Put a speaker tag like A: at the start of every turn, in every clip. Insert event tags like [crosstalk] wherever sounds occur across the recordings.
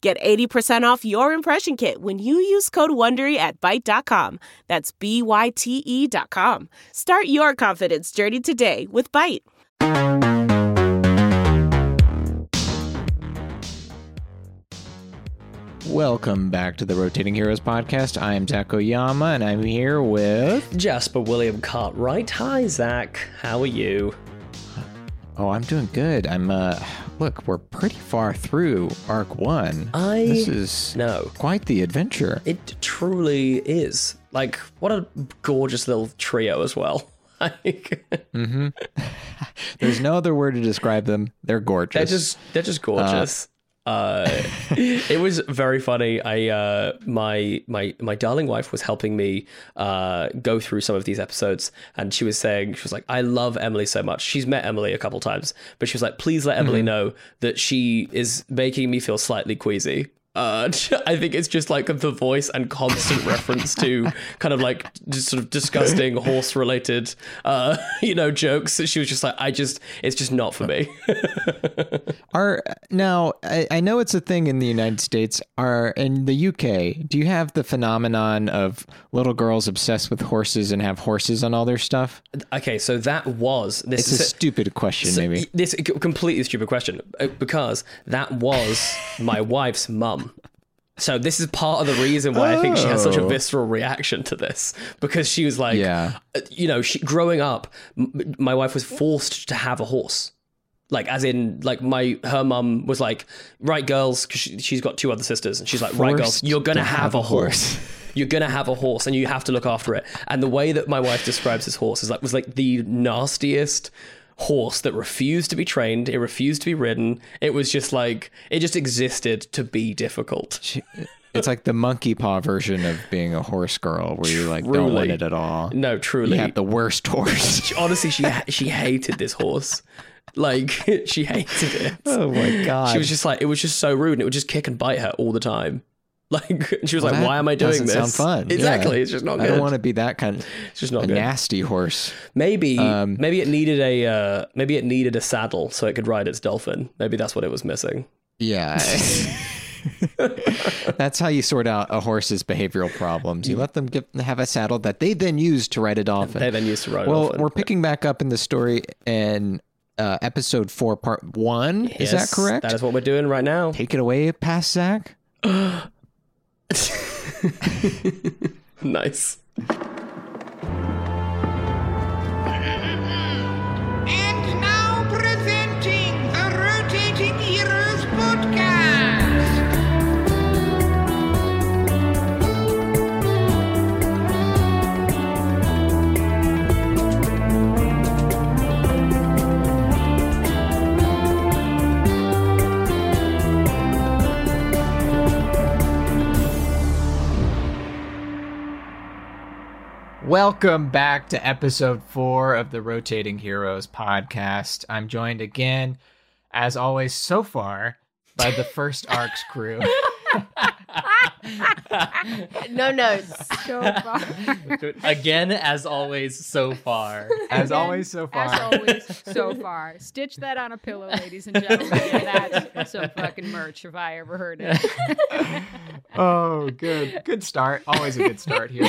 A: Get 80% off your impression kit when you use code WONDERY at Byte.com. That's B-Y-T-E E dot com. Start your confidence journey today with Byte.
B: Welcome back to the Rotating Heroes podcast. I am Takoyama, and I'm here with.
C: Jasper William Cartwright. Hi, Zach. How are you?
B: Oh, I'm doing good. I'm. uh Look, we're pretty far through arc one.
C: I
B: This is
C: know.
B: quite the adventure.
C: It truly is. Like, what a gorgeous little trio as well. [laughs] Like,
B: There's no other word to describe them. They're gorgeous.
C: they're just they're just gorgeous. Uh, it was very funny. I uh, my my my darling wife was helping me uh, go through some of these episodes, and she was saying she was like, "I love Emily so much." She's met Emily a couple times, but she was like, "Please let Emily know that she is making me feel slightly queasy." Uh, [laughs] I think it's just like the voice and constant reference to kind of like just sort of disgusting horse related, uh, [laughs] you know, jokes. She was just like, I just, it's just not for me.
B: Are now I, I know it's a thing in the United States. Are in the UK? Do you have the phenomenon of little girls obsessed with horses and have horses on all their stuff?
C: Okay, so that was this
B: It's a
C: so-
B: stupid question,
C: so-
B: maybe.
C: this c- completely stupid question uh, because that was
B: [laughs]
C: my wife's mum. So this is part of the reason why I think she has such a
B: Oh.
C: visceral reaction to this because she was like,
B: Yeah.
C: uh, you know, she, growing up, m- my wife was forced to have a horse. Like as in, like my her mum was like, right, girls, because she, she's got two other sisters, and she's like, right, girls,
B: Forced
C: you're gonna
B: to
C: have,
B: have
C: a
B: a
C: horse.
B: horse."
C: You're gonna have a horse, and you have to look after it. And the way that my wife describes this horse is like was like the nastiest horse that refused to be trained. It refused to be ridden. It was just like it just existed to be difficult.
B: She- It's like the monkey paw version of being a horse girl, where you like don't
C: Truly.
B: want it at all.
C: No, truly,
B: You have the worst
C: [laughs]
B: horse.
C: honestly, she she hated this horse. Like [laughs] she hated it.
B: oh my god!
C: She was just like, it was just so rude, and it would just kick and bite her all the time. [laughs] Like she was
B: Well,
C: like,
B: that
C: why am I doing
B: doesn't
C: this?
B: Sound fun. Yeah.
C: [laughs] Exactly. It's just not good.
B: I don't want to be that kind.
C: It's just not
B: a
C: good.
B: nasty horse.
C: Maybe
B: Um,
C: maybe it needed a uh, maybe it needed a saddle so it could ride its dolphin. Maybe that's what it was missing.
B: Yeah.
C: [laughs]
B: [laughs] That's how you sort out a horse's behavioral problems.
C: Mm.
B: You let them get, have a saddle that they then use to ride a dolphin.
C: They then used to ride a
B: well,
C: dolphin.
B: we're picking back up in the story in uh, episode four, part one. Is that
C: Yes,
B: correct?
C: That is what we're doing
B: [laughs]
C: right now. [laughs]
B: Take it away, past Zach.
C: nice.
D: And now presenting the Rotating Heroes Podcast.
B: Welcome back to episode four of the Rotating Heroes podcast. I'm joined again, as always, so far by the first arcs crew.
E: No, no, so
F: [laughs]
E: far.
G: Again, as always, so far.
B: As always, so far.
E: As always, so far. Stitch that on a pillow, ladies and
F: [laughs]
E: gentlemen. [laughs] That's some fucking merch if I ever heard it.
B: [laughs] oh, good. Good start. Always a good start
E: [laughs]
B: here.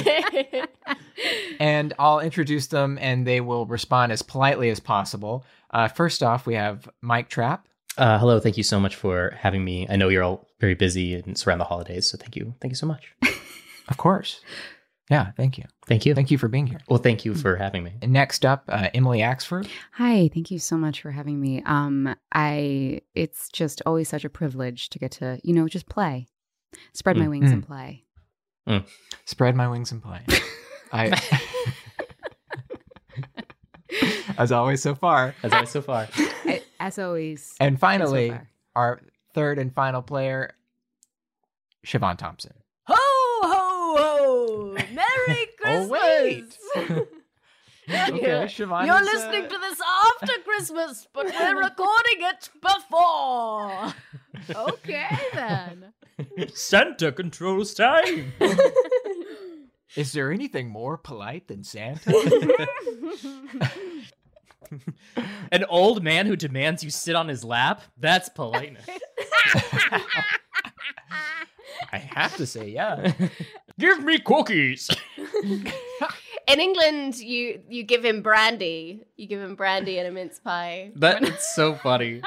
B: and I'll introduce them and they will respond as politely as possible. Uh, first off, we have Mike Trap.
G: Uh, hello, thank you so much for having me. I know you're all very busy and it's around the holidays, so thank you, thank you so much.
B: Of course. Yeah, thank you.
G: Thank you.
B: Thank you for being here.
G: Well, thank you for having me.
B: And next up, uh, Emily Axford.
F: Hi, thank you so much for having me. Um, I it's just always such a privilege to get to you know just play, spread my wings and play.
B: Spread my wings and play. I. As always, so far.
G: [laughs] As always, so [laughs] far.
F: I, as always.
B: And finally,
F: far.
B: our third and final player, Siobhan Thompson.
H: Ho, ho, ho,
E: [laughs] Oh,
B: okay,
H: Yeah.
B: Siobhan.
H: [laughs] You're
B: is, uh,
H: listening to this after Christmas, but
E: [laughs]
H: we're recording it before.
E: okay then.
G: Santa controls time.
B: Is there anything more polite than Santa?
G: An old man who demands you sit on his lap? That's [laughs] politeness.
B: I have to say, yeah.
G: [laughs] Give me cookies.
H: [laughs] In England, you you give him brandy. You give him brandy and a mince pie.
G: That is so funny.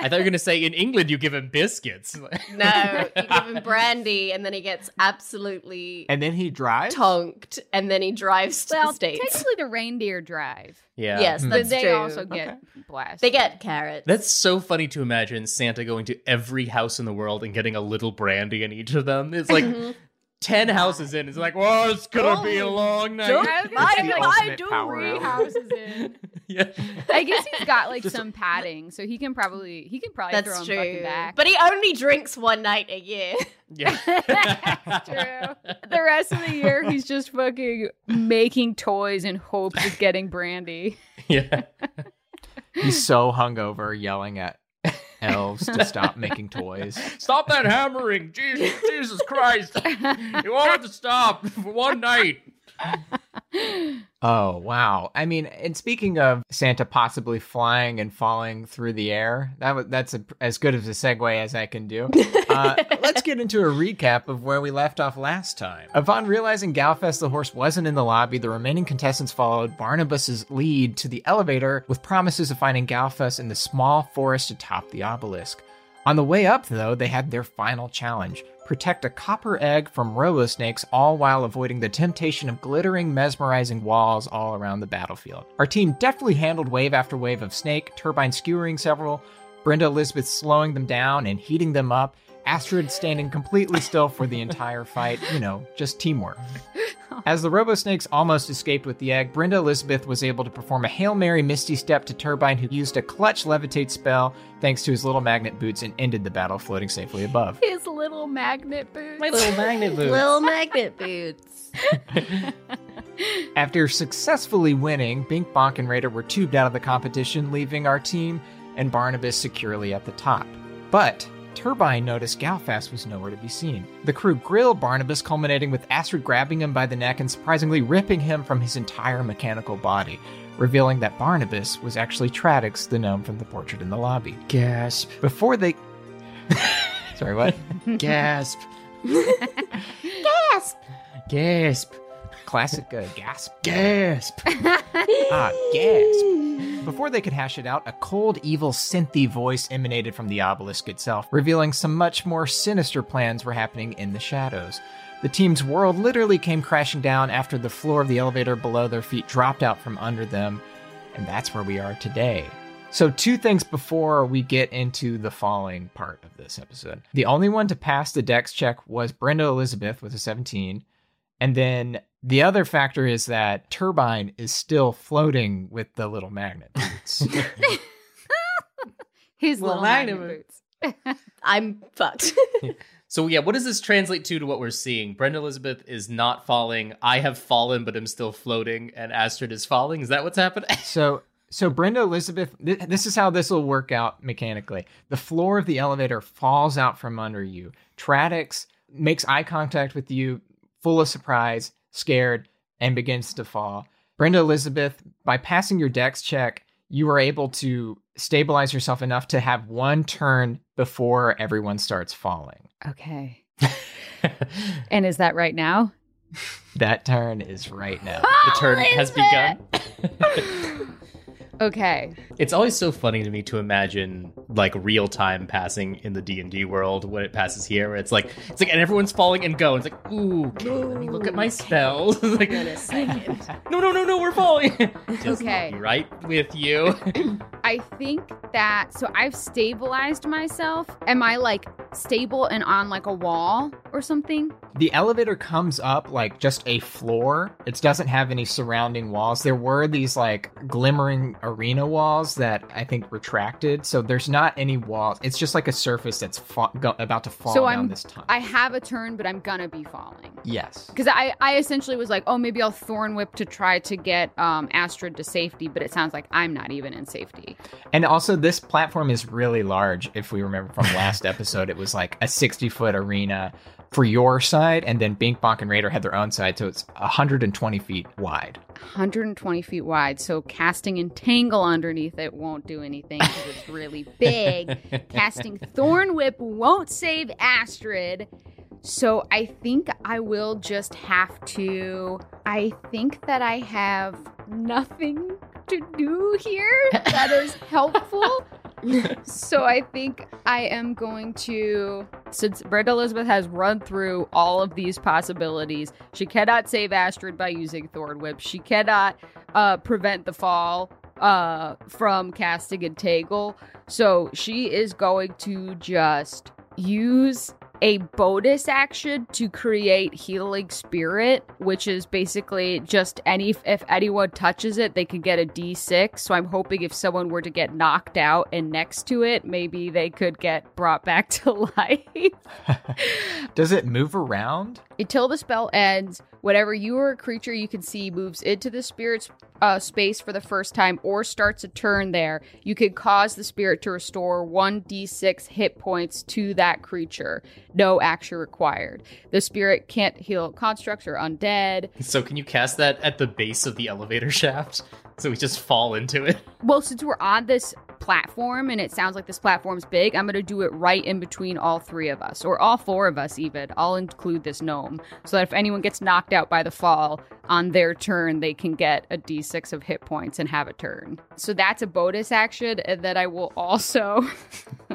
G: I thought you were gonna say in England you give him biscuits. [laughs]
H: No, you give him brandy, and then he gets absolutely
B: And then he drives.
H: tonked, and then he drives to
E: Well,
H: the states.
E: technically the reindeer drive.
G: yeah.
H: Yes,
B: Mm.
E: But
H: that's
E: they
H: true.
E: also get blasted.
H: they get carrots.
G: That's so funny to imagine Santa going to every house in the world and getting a little brandy in each of them. It's like
E: Mm-hmm.
H: Mhm.
G: ten houses in. It's like, well, it's gonna be a long night.
E: Don't I was gonna
H: Why
E: say,
H: do
E: like,
H: I
B: ultimate
H: do
B: power
H: re-
B: hour.
E: houses in.
G: [laughs] Yeah.
E: I guess he's got like
B: Just-
E: some padding, so he can probably he can probably throw
H: That's
E: him
H: true.
E: fucking back.
H: But he only drinks one night a year.
G: Yeah.
E: [laughs] That's true. [laughs] the rest of the year he's just fucking making toys in hopes of getting [laughs] brandy.
G: [laughs] Yeah.
B: He's so hungover, yelling
H: [laughs]
B: at elves to stop making toys.
G: Stop that hammering. Jesus, Jesus Christ. You all have to stop for one night.
B: Oh, wow. I mean, and speaking of Santa possibly flying and falling through the air, that was, that's a, as good of a segue as I can do. Uh, let's get into a recap of where we left off last time. Upon realizing Galfest the horse wasn't in the lobby, the remaining contestants followed Barnabas's lead to the elevator with promises of finding Galfest in the small forest atop the obelisk. On the way up, though, they had their final challenge protect a copper egg from robo snakes, all while avoiding the temptation of glittering, mesmerizing walls all around the battlefield. Our team deftly handled wave after wave of snake, Turbine skewering several, Brenda Elizabeth slowing them down and heating them up, Astrid standing completely still for the entire fight. You know, just teamwork. As the RoboSnakes almost escaped with the egg, Brenda Elizabeth was able to perform a Hail Mary Misty step to Turbine, who used a clutch levitate spell thanks to his little magnet boots and ended the battle floating safely above.
E: His little magnet boots.
G: magnet
H: Little magnet boots.
B: After successfully winning, Bink Bonk and Raider were tubed out of the competition, leaving our team and Barnabas securely at the top. But Turbine noticed Galfast was nowhere to be seen. The crew grilled Barnabas, culminating with Astrid grabbing him by the neck and surprisingly ripping him from his entire mechanical body, revealing that Barnabas was actually Traddix, the gnome from the portrait in the lobby.
G: Gasp.
B: Before
G: [laughs]
B: they. Sorry, what?
G: Gasp. Gasp.
B: Classic uh, gasp.
G: Gasp. Gasp.
B: [laughs] Ah, gasp. Before they could hash it out, a cold, evil, synthy voice emanated from the obelisk itself, revealing some much more sinister plans were happening in the shadows. The team's world literally came crashing down after the floor of the elevator below their feet dropped out from under them, and that's where we are today. So, two things before we get into the falling part of this episode. The only one to pass the dex check was Brenda Elizabeth with a 17, and then the other factor is that Turbine is still floating with the little magnet. boots.
E: His
G: Well,
E: little
G: magnet
E: magnet, boots.
H: I'm fucked. [laughs]
G: So yeah, what does this translate to to what we're seeing? Brenda Elizabeth is not falling. I have fallen, but am still floating, and Astrid is falling. Is that what's [laughs] happening?
B: [laughs] so, so Brenda Elizabeth, th- this is how this will work out mechanically. The floor of the elevator falls out from under you. Traddix makes eye contact with you, full of surprise, scared, and begins to fall. Brenda Elizabeth, by passing your dex check, you are able to stabilize yourself enough to have one turn before everyone starts falling.
F: Okay.
E: And is that right now?
B: That turn is right now.
G: the turn has [laughs] begun.
E: Okay.
G: it's always so funny to me to imagine like real time passing in the D and D world when it passes here. Where it's like it's like and everyone's falling and going. It's like ooh, okay, let me look at my spells. It's [laughs] like
H: In a second.
G: no, no, no, no, we're falling. [laughs] Just
E: Okay.
G: be right with you. [laughs]
E: I think that so I've stabilized myself. Am I like stable and on like a wall or something?
B: [laughs] The elevator comes up like just a floor. It doesn't have any surrounding walls. There were these like glimmering arena walls that I think retracted. So there's not any walls. It's just like a surface that's fa- go- about to fall
E: So
B: down
E: I'm-
B: this time.
E: I have a turn, but I'm gonna be falling.
B: yes.
E: Because I, I essentially was like, oh, maybe I'll thorn whip to try to get um, Astrid to safety, but it sounds like I'm not even in safety.
B: And also, this platform is really large. If we remember from last episode, it was like a 60 foot arena for your side, and then Bink, Bonk, and Raider had their own side. So it's 120 feet wide. [laughs]
E: 120 feet wide, so casting Entangle underneath it won't do anything because it's really big. casting Thorn Whip won't save Astrid. So I think I will just have to. I think that I have nothing to do here that is helpful. so I think I am going to. Since Red Elizabeth has run through all of these possibilities, she cannot save Astrid by using Thorn Whip. She cannot uh, prevent the fall uh, from casting Entangle. So she is going to just use a bonus action to create healing spirit which is basically just any if anyone touches it they can get a d6 so i'm hoping if someone were to get knocked out and next to it maybe they could get brought back [laughs] to life
B: Does it move around?
E: until the spell ends whatever you or a creature you can see moves into the spirit's uh, space for the first time or starts a turn there you can cause the spirit to restore 1d6 hit points to that creature no action required the spirit can't heal constructs or undead
G: So can you cast that at the base of the elevator shaft? So we just fall into it.
E: well since we're on this platform and it sounds like this platform's big i'm going to do it right in between all three of us or all four of us even i'll include this gnome so that if anyone gets knocked out by the fall on their turn they can get a d6 of hit points and have a turn so that's a bonus action and then i will also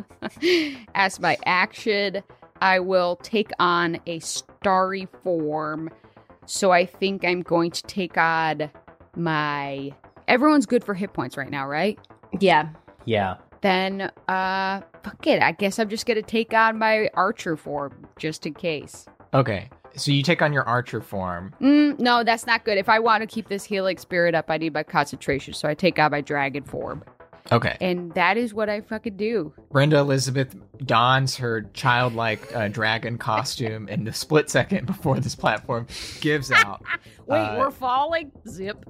E: [laughs] as my action i will take on a starry form so i think i'm going to take on my everyone's good for hit points right now right
H: Yeah.
G: Yeah.
E: then uh fuck it i guess i'm just gonna take on my archer form just in case
B: Okay. So you take on your archer form.
E: mm, no that's not good if i want to keep this healing spirit up i need my concentration so i take on my dragon form
B: Okay.
E: and that is what i fucking do
B: Brenda Elizabeth dons her childlike uh, dragon costume in the split second [laughs] before this platform gives out.
E: wait
B: Uh,
E: we're falling zip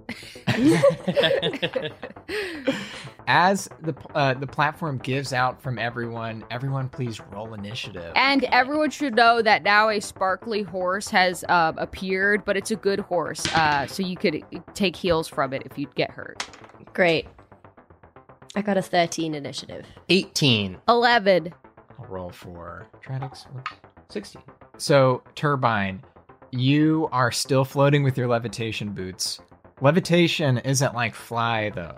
B: As the uh, the platform gives out from everyone, everyone please roll initiative.
E: [laughs] and everyone should know that now a sparkly horse has um, appeared but it's a good horse uh, so you could take heals from it if you'd get hurt
H: Great. I got a 13 initiative.
G: 18.
E: 11
B: I'll roll for Tradix. 16. So, Turbine, you are still floating with your levitation boots. Levitation isn't like fly, though.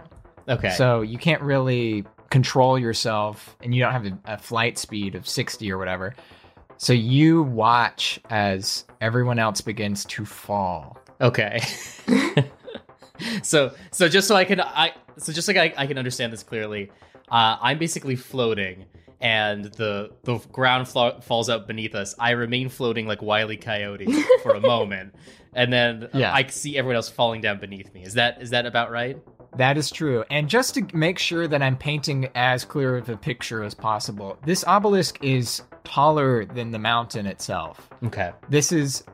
G: Okay.
B: So, you can't really control yourself, and you don't have a, a flight speed of 60 or whatever. So, you watch as everyone else begins to fall.
G: Okay. [laughs] so so just so I can I so just like I, I can understand this clearly, uh, I'm basically floating and the the ground flo- falls out beneath us. I remain floating like Wiley Coyote for a moment, and then uh,
B: Yeah.
G: I see everyone else falling down beneath me. Is that is that about right?
B: That is true. And just to make sure that I'm painting as clear of a picture as possible, this obelisk is taller than the mountain itself.
G: Okay.
B: this is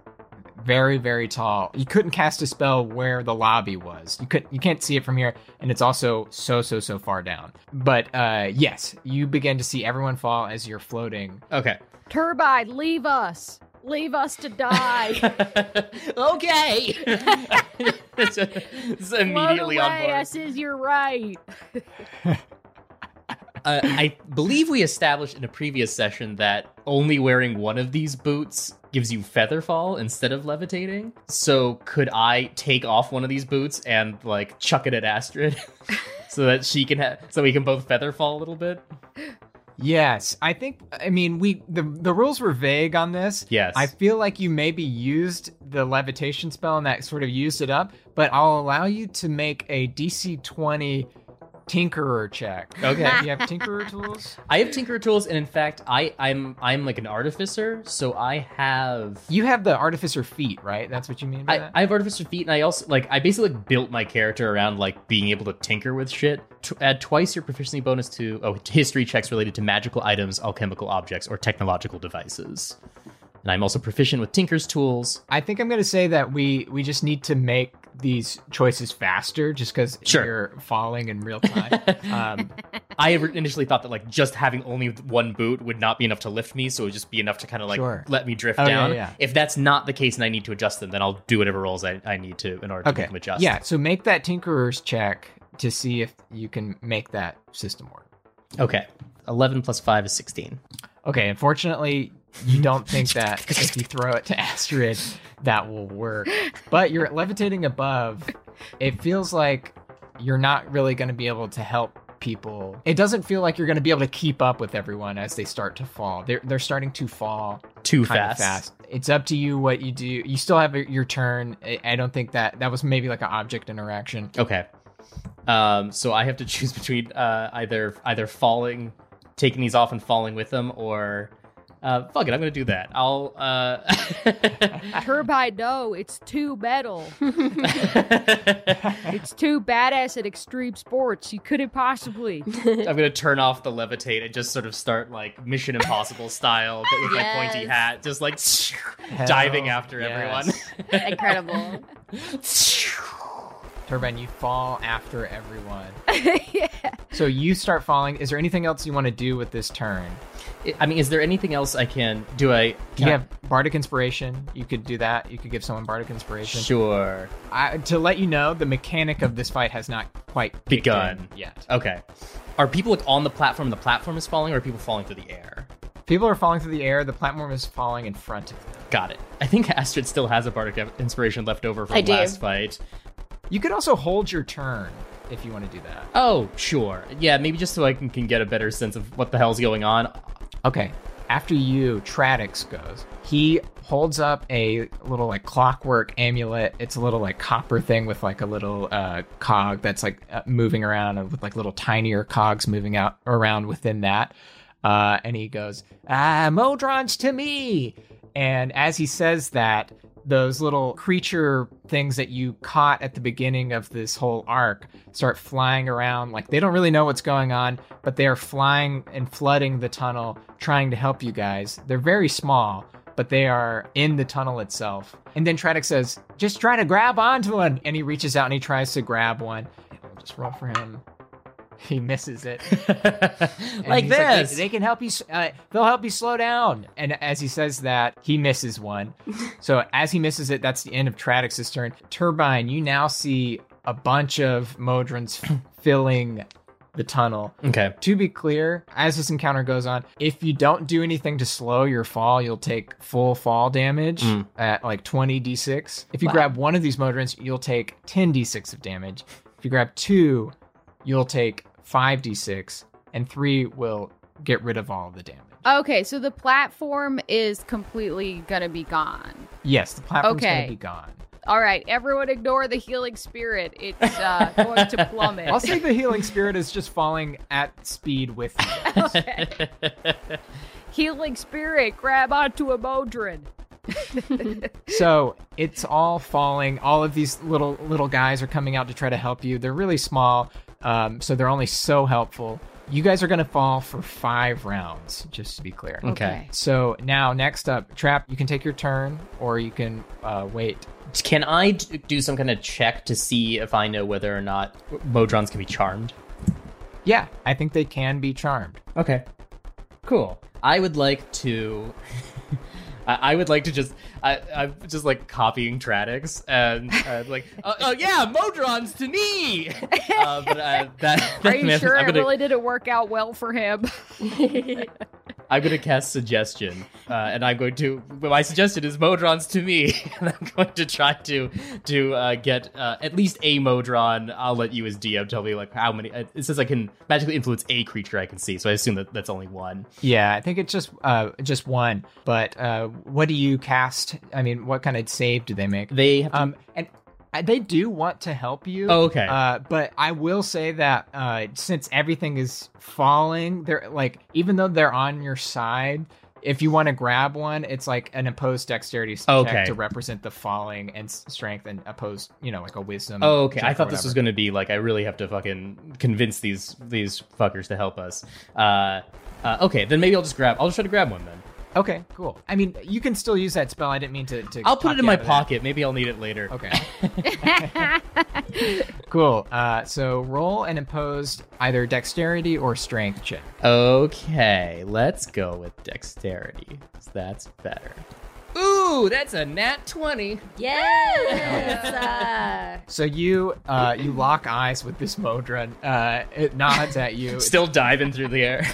B: very very tall you couldn't cast a spell where the lobby was you could you can't see it from here and it's also so so so far down but uh yes you begin to see everyone fall as you're floating
G: Okay.
E: turbine leave us leave us to
G: [laughs]
E: die
G: okay. [laughs] it's, it's immediately on board.
E: S's, you're
G: [laughs]
E: right.
G: Uh, I believe we established in a previous session that only wearing one of these boots gives you feather fall instead of levitating. So could I take off one of these boots and like chuck it at Astrid [laughs] so that she can have so we can both feather fall a little bit?
B: yes i think i mean we the the rules were vague on this
G: Yes.
B: i feel like you maybe used the levitation spell and that sort of used it up but i'll allow you to make a dc 20 tinkerer check.
G: Okay.
B: Do [laughs] you have tinkerer tools?
G: I have tinker tools, and in fact, I I'm I'm like an artificer, so I have
B: You have the artificer feet, right? That's what you mean by
G: I,
B: that?
G: I have artificer feet, and I also like I basically like, built my character around like being able to tinker with shit. T- add twice your proficiency bonus to oh history checks related to magical items, alchemical objects, or technological devices. And I'm also proficient with tinker's tools.
B: I think I'm going to say that we we just need to make these choices faster just because
G: Sure.
B: you're falling in real
G: [laughs]
B: time. um,
G: Uh, I had initially thought that like just having only one boot would not be enough to lift me, so it would just be enough to kind of like
B: Sure.
G: let me drift
B: Oh, yeah,
G: down.
B: yeah, yeah.
G: If that's not the case and I need to adjust them, then I'll do whatever rolls I, I need to in order to
B: okay.
G: make them adjust.
B: Yeah. So make that tinkerer's check to see if you can make that system work.
G: Okay. Eleven plus five is sixteen.
B: Okay, unfortunately, you don't think that if you throw it to Astrid, that will work. But you're levitating above. It feels like you're not really going to be able to help people. It doesn't feel like you're going to be able to keep up with everyone as they start to fall. They're they're starting to fall
G: Too
B: kind of
G: fast.
B: fast. It's up to you what you do. You still have your turn. I I don't think that that was maybe like an object interaction.
G: Okay. Um, so I have to [laughs] choose between uh, either either falling, taking these off and falling with them, or uh, fuck it, I'm gonna do that. I'll. Uh... [laughs]
E: Turbino, it's too
G: [laughs]
E: metal. it's too badass at extreme sports. You couldn't possibly.
G: I'm gonna turn off the levitate and just sort of start like Mission Impossible style, but with my pointy
H: Yes.
G: hat, just like diving
B: Hell
G: after
B: yes.
G: everyone.
H: [laughs] Incredible.
B: Turbine, you fall after everyone.
E: yeah.
B: So you start falling. Is there anything else you want to do with this turn?
G: [laughs] I mean, is there anything else I can do? I
B: You
G: can I-
B: have bardic inspiration. You could do that. You could give someone bardic inspiration.
G: sure.
B: I, to let you know, the mechanic of this fight has not quite kicked
G: Begun.
B: in yet.
G: Okay. Are people like on the platform? and The platform is falling, or are people falling through the air?
B: People are falling through the air. The platform is falling in front of them.
G: Got it. I think Astrid still has a bardic inspiration left over from
H: I do.
G: last fight.
B: You could also hold your turn if you want to do that.
G: Oh, sure. Yeah, maybe just so I can, can get a better sense of what the hell's
B: [laughs]
G: going on.
B: Okay. After you, Tradix goes. He holds up a little like clockwork amulet. It's a little like copper thing with like a little uh, cog that's like uh, moving around and with like little tinier cogs moving out around within that. Uh, and he goes, "Ah, Modrons to me!" And as he says that, those little creature things that you caught at the beginning of this whole arc start flying around like they don't really know what's going on but they are flying and flooding the tunnel trying to help you guys they're very small but they are in the tunnel itself and then Tradic says just try to grab onto one and he reaches out and he tries to grab one we'll just roll for him [laughs] he misses it and
G: like
B: he's "They-
G: this.
B: they, can help you. s- Uh, they'll help you slow down. And as he says that, he misses
G: [laughs]
B: one. so as he misses it, that's the end of Tradix's turn. Turbine, you now see a bunch of Modrons [clears throat] f- filling the tunnel.
G: okay.
B: To be clear, as this encounter goes on, if you don't do anything to slow your fall, you'll take full fall damage
G: Mm.
B: at like 20 d6. If you grab one of these Modrons, you'll take 10 d6 of damage. If you grab two, you'll take 5 d6, and three will get rid of all the damage.
E: Okay, so the platform is completely gonna be gone.
B: Yes, the platform's going
E: Okay.
B: to be gone.
E: All right, everyone ignore the healing spirit. It's
G: [laughs]
E: uh, going to plummet.
B: I'll say the healing spirit is just falling at speed with you.
E: healing spirit, grab onto a modron.
B: So it's all falling. All of these little little guys are coming out to try to help you. They're really small, um, so they're only so helpful. You guys are gonna fall for five rounds, just to be clear.
G: Okay.
B: So now, next up, trap. You can take your turn, or you can uh, wait.
G: Can I d- do some kind of check to see if I know whether or not Modrons can be charmed?
B: Yeah, I think they can be charmed.
G: Okay. Cool. I would like to. [laughs] I I would like to just, I, I'm just like copying Tradix and
E: [laughs]
G: uh, like, oh, oh yeah, Modrons to me. Uh, but uh, that,
E: Are you
G: I'm
E: sure
G: gonna-
E: it really didn't work out well for him?
G: I'm going to cast suggestion, uh, and I'm going to. My suggestion is Modrons to me, [laughs] and I'm going to try to to uh, get uh, at least a Modron. I'll let you as DM tell me like how many. uh, It says I can magically influence a creature I can see, so I assume that that's only one.
B: Yeah, I think it's just uh, just one. But uh, what do you cast? I mean, what kind of save do they make?
G: They have to,
B: Um, and I- they do want to help you.
G: Oh, okay.
B: Uh, but I will say that uh, since everything is falling, they're like even though they're on your side, if you want to grab one, it's like an opposed dexterity s-
G: Okay.
B: check to represent the falling and s- strength and opposed, you know, like a wisdom.
G: oh, okay.
B: check
G: I
B: or
G: thought this was
B: whatever.
G: going to be like I really have to fucking convince these these fuckers to help us. Uh, uh, okay, then maybe I'll just grab. I'll just try to grab one then.
B: Okay, cool. I mean, you can still use that spell. I didn't mean to. to
G: I'll put
B: talk
G: it in
B: you
G: my
B: out of that.
G: pocket. Maybe I'll need it later.
B: Okay.
G: [laughs]
B: cool. Uh, so roll an imposed either dexterity or strength check.
G: Okay, let's go with dexterity. 'cause That's better. Ooh, that's a nat 20.
H: Yes.
B: So you uh, you lock eyes with this Modron. Uh, it nods at you. Its
G: Still diving through the [laughs] air.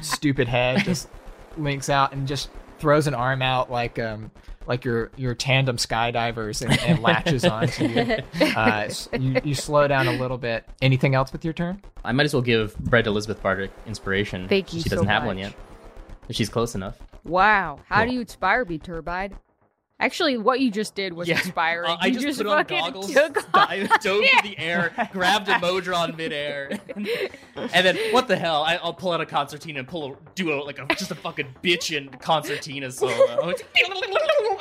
B: stupid head just links out and just throws an arm out like um like your your tandem skydivers and, and latches onto you. Uh, s- you. You slow down a little bit. Anything else with your turn?
G: I might as well give Bread Elizabeth Bardic inspiration.
E: Thank you
G: She doesn't
E: so
G: have one
E: much.
G: yet. But she's close enough.
E: Wow. How do you inspire me, Turbide? Actually, what you just did was
G: Yeah.
E: inspiring.
G: Uh, I
E: you
G: just, put on
E: fucking
G: goggles,
E: took [laughs]
G: dive, [laughs] dove through the air, grabbed a Modron midair, [laughs] and then what the hell? I, I'll pull out a concertina and pull a do a like a just a fucking bitchin' concertina solo. [laughs]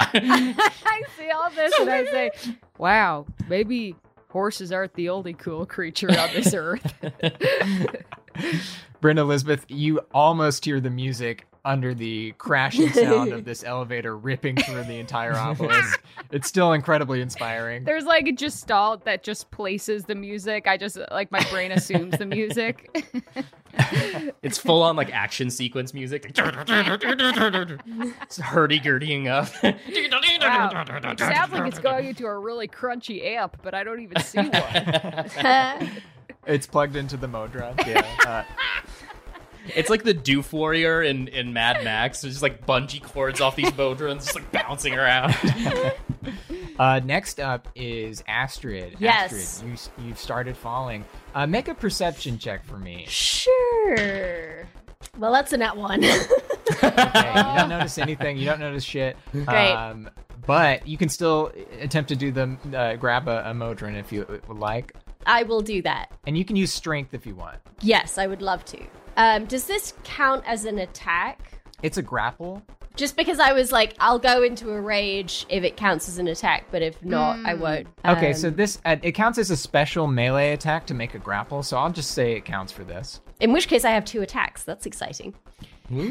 E: I see all this and I
G: [laughs]
E: say, wow, maybe horses aren't the only cool creature on
G: [laughs]
E: this earth.
B: Brenda Elizabeth, you almost hear the music under the crashing sound of this elevator ripping through the entire obelisk. It's still incredibly inspiring.
E: There's like a gestalt that just places the music. I just, like, my brain assumes the
G: [laughs]
E: music.
G: it's full on like action sequence music. it's hurdy gurdying up. [laughs]
E: Wow. It sounds like it's going into a really crunchy amp, but I don't even see one.
H: uh,
B: It's plugged into the Modron. Yeah. Uh,
G: It's like the Doof Warrior in, in Mad Max. There's just like bungee cords off these Modrons, just like bouncing around. [laughs]
B: Uh, next up is Astrid.
H: Yes.
B: Astrid, you, s- you've started falling. Uh, make a perception check for
H: [laughs]
B: me.
H: sure. Well, that's a net one. [laughs]
B: Okay, you don't notice anything. You don't notice shit.
H: Great.
B: Um, but you can still attempt to do the uh, grab a, a Modron if you would like,
H: I will do that.
B: and you can use strength if you want.
H: Yes, I would love to. Um, does this count as an attack?
B: It's a grapple.
H: Just because I was like, I'll go into a rage if it counts as an attack, but if not, I won't.
B: Okay,
H: Um,
B: so this uh, it counts as a special melee attack to make a grapple. So I'll just say it counts for this.
H: in which case I have two attacks. That's exciting.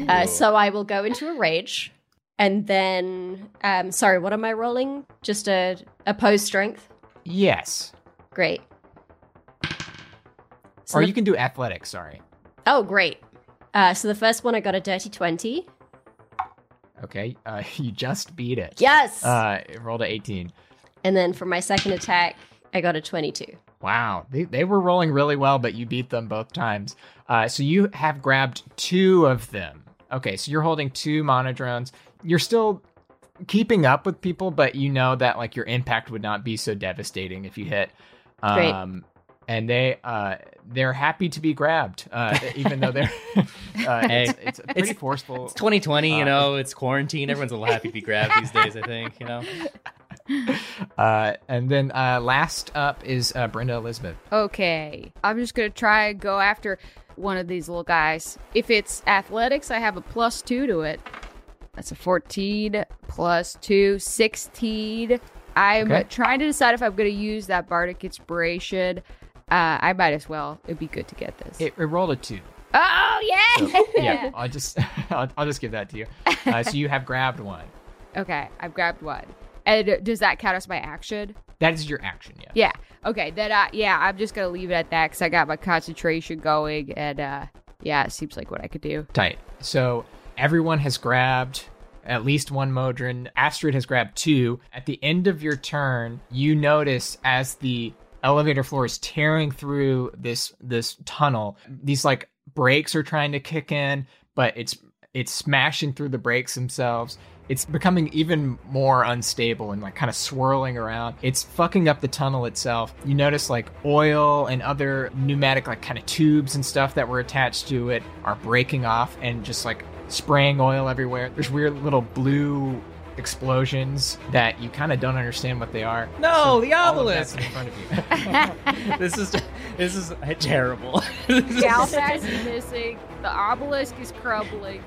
H: Uh, so I will go into a rage, and then, um, sorry, what am I rolling? Just a opposed strength.
B: Yes,
H: Great. So
B: or
H: the-
B: you can do athletics. Sorry.
H: Oh, great. Uh, so the first one I got a dirty twenty.
B: Okay, uh, [laughs] you just beat it.
H: Yes.
B: Uh, it rolled a eighteen.
H: and then for my second attack, I got a twenty-two.
B: Wow, they, they were rolling really well, but you beat them both times. Uh, so you have grabbed two of them. Okay, so you're holding two monodrones. You're still keeping up with people, but you know that like your impact would not be so devastating if you hit. Um,
H: Great.
B: And they uh, they're happy to be grabbed, uh, [laughs] even though they're uh,
G: [laughs] Hey.
B: it's, it's a pretty
G: It's-
B: forceful.
G: It's 2020,
B: Uh,
G: you know, it's quarantine. Everyone's a little happy to be grabbed these days, I think, you know?
B: uh, and then uh, last up is uh, Brenda Elizabeth.
E: Okay. I'm just going to try and go after one of these little guys. If it's athletics, I have a plus two to it. That's a 14 plus two, 16. I'm
B: Okay.
E: trying to decide if I'm going to use that bardic inspiration. Uh, I might as well. It'd be good to get this.
B: It, it rolled a two.
E: oh, yeah.
B: yeah, I'll just [laughs] I'll, I'll just give that to you. Uh, so you have grabbed one.
E: [laughs] Okay. I've grabbed one. And does that count as my action?
B: That is your action. Yeah.
E: Yeah. Okay. Then, I, yeah, I'm just going to leave it at that because I got my concentration going. And, uh, yeah, it seems like what I could do.
B: Tight. So everyone has grabbed at least one Modron. Astrid has grabbed two. At the end of your turn, you notice as the elevator floor is tearing through this this tunnel, these like brakes are trying to kick in, but it's it's smashing through the brakes themselves. It's becoming even more unstable and like kind of swirling around. It's fucking up the tunnel itself. You notice like oil and other pneumatic like kind of tubes and stuff that were attached to it are breaking off and just like spraying oil everywhere. There's weird little blue explosions that you kind of don't understand what they are.
G: No,
B: So
G: the
B: all of
G: obelisk.
B: that's in front of you.
G: this is this is terrible. [laughs] This
E: [laughs]
G: is-
E: Galfax is missing. The obelisk is crumbling.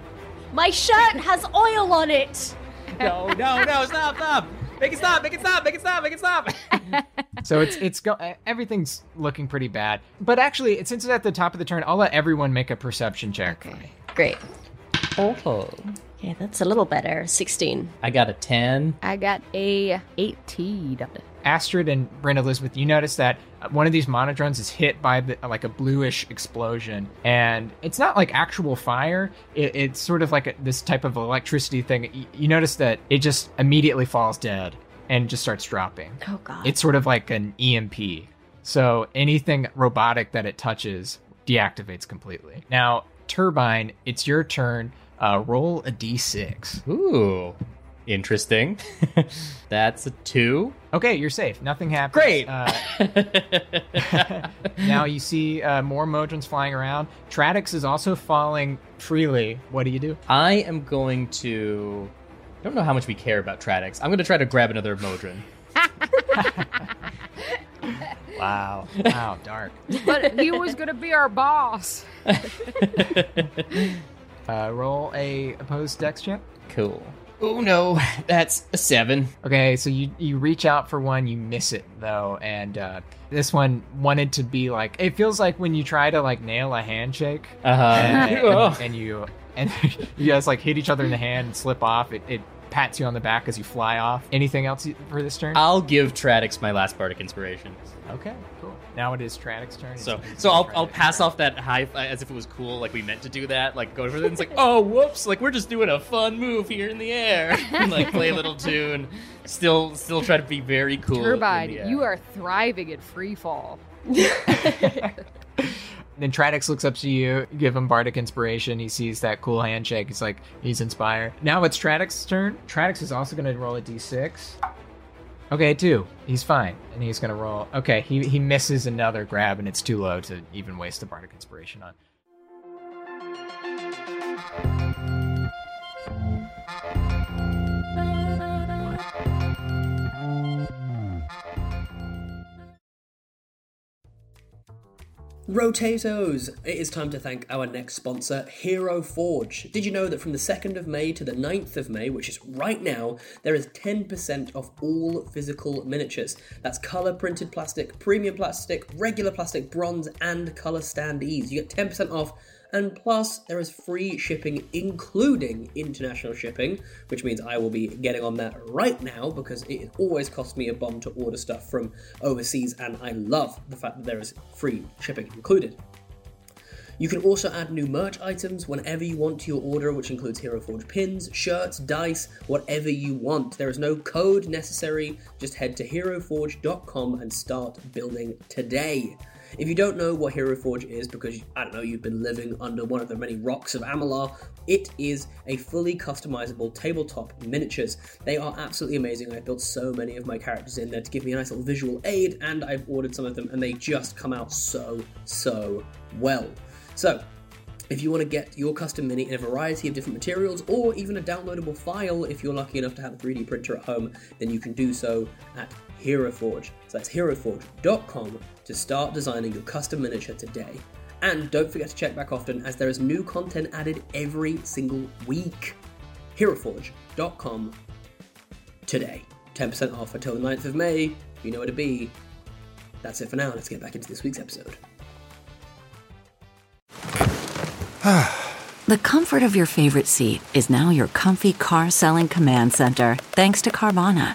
H: My shirt has oil on it.
G: no, no, no! Stop! Stop! Make it stop! Make it stop! Make it stop! Make it stop!
B: [laughs] so it's it's go- e, everything's looking pretty bad. But actually, it's- since it's at the top of the turn, I'll let everyone make a perception check.
E: Okay.
H: Great.
G: Oh,
H: Yeah, that's a little better. 16.
G: I got a ten.
E: I got a 18.
B: Astrid and Bryn Elizabeth, you notice that uh, one of these monodrones is hit by the, like a bluish explosion, and it's not like actual fire. It, it's sort of like a, this type of electricity thing. You, you notice that it just immediately falls dead and just starts dropping.
H: Oh, God.
B: It's sort of like an EMP. So anything robotic that it touches deactivates completely. Now, Turbine, it's your turn. Uh, roll a d6.
G: Ooh, interesting. [laughs] That's a [laughs] two.
B: Okay, you're safe. Nothing happens.
G: Great.
B: Uh, now you see uh, more Modrons flying around. Tradix is also falling freely. What do you do?
G: I am going to. I don't know how much we care about Tradix. I'm going to try to grab another Modron.
B: Wow. Wow, dark.
E: But he was going to be our boss.
B: Uh, roll a opposed dex check.
G: Cool. Oh no, that's a seven.
B: Okay, so you, you reach out for one, you miss it though, and uh, this one wanted to be like it feels like when you try to like nail a handshake
G: Uh [laughs]
B: and,
G: huh.
B: and you and [laughs] you guys like hit each other in the hand and slip off. It, it pats you on the back as you fly off. Anything else you- for this turn?
G: I'll give Tradix my last bardic inspiration.
B: Okay, cool. Now it is Tradic's turn. It's-
E: [laughs]
G: So,
B: it's
G: so I'll,
B: Tradic's
G: I'll pass
B: turn.
G: off that high fi- as if it was cool, like we meant to do that, like go over there. And
E: [laughs]
G: it's like, oh, whoops! Like we're just doing a fun move here in the
E: [laughs]
G: air, like play a little tune. Still, still try to be very cool. in
E: Turbine,
G: the air.
E: you are thriving at free fall.
B: Then Tradix looks up to you, you give him bardic inspiration. He sees that cool handshake. He's like, he's inspired. Now it's Tradix's turn. Tradix is also going to roll a d6. Okay, two. He's fine, and he's going to roll. Okay, he he misses another grab, and it's too low to even waste the bardic inspiration on.
I: Rotatos! It is time to thank our next sponsor, Hero Forge. Did you know that from the 2nd of May to the 9th of May, which is right now, there is 10% off all physical miniatures? That's colour printed plastic, premium plastic, regular plastic, bronze, and colour standees. You get 10% off. And plus, there is free shipping, including international shipping, which means I will be getting on that right now because it always costs me a bomb to order stuff from overseas, and I love the fact that there is free shipping included. You can also add new merch items whenever you want to your order, which includes Hero Forge pins, shirts, dice, whatever you want. There is no code necessary, just head to heroforge.com and start building today. If you don't know what Hero Forge is because I don't know you've been living under one of the many rocks of Amalar, it is a fully customizable tabletop miniatures. They are absolutely amazing. I built so many of my characters in there to give me a nice little visual aid, and I've ordered some of them, and they just come out so so well. So, if you want to get your custom mini in a variety of different materials or even a downloadable file, if you're lucky enough to have a 3D printer at home, then you can do so at HeroForge. So that's heroforge.com to start designing your custom miniature today. And don't forget to check back often as there is new content added every single week. HeroForge.com today. 10% off until the 9th of May. You know where to be. That's it for now. Let's get back into this week's episode.
J: The comfort of your favorite seat is now your comfy car selling command center, thanks to Carvana.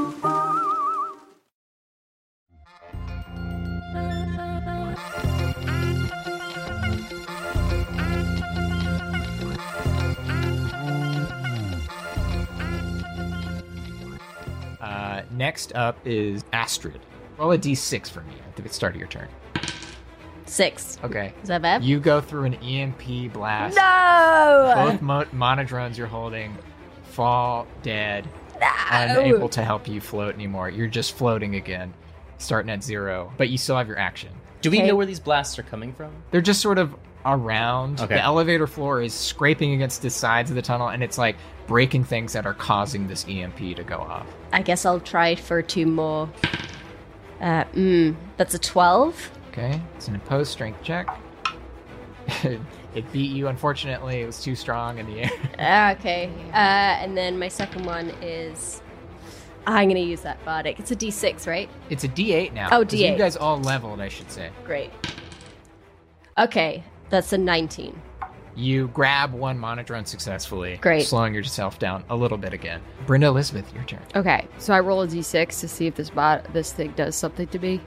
B: Uh, next up is Astrid. Roll a d6 for me at the start of your turn.
H: Six.
B: Okay.
H: Is that bad?
B: You go through an EMP blast.
H: No!
B: Both mo- monodrones you're holding fall dead, unable to help you float anymore. You're just floating again, starting at zero, but you still have your action.
G: Do we know where these blasts are coming from?
B: They're just sort of around.
G: Okay.
B: The elevator floor is scraping against the sides of the tunnel, and it's like breaking things that are causing this EMP to go off.
H: I guess I'll try for two more. Uh, mm, that's a 12.
B: Okay, it's an opposed strength check. [laughs] it beat you, unfortunately. It was too strong in the air. [laughs]
H: Ah, okay. Uh, and then my second one is. I'm going to use that bardic. It's a d6, right?
B: It's a D8 now.
H: Oh,
B: 'cause You
H: D8.
B: guys all leveled, I should say.
H: Great. Okay, that's a 19.
B: You grab one monodrone successfully,
H: Great.
B: slowing yourself down a little bit again. Brenda Elizabeth, your turn.
E: Okay, so I roll a d6 to see if this bot this thing does something to me.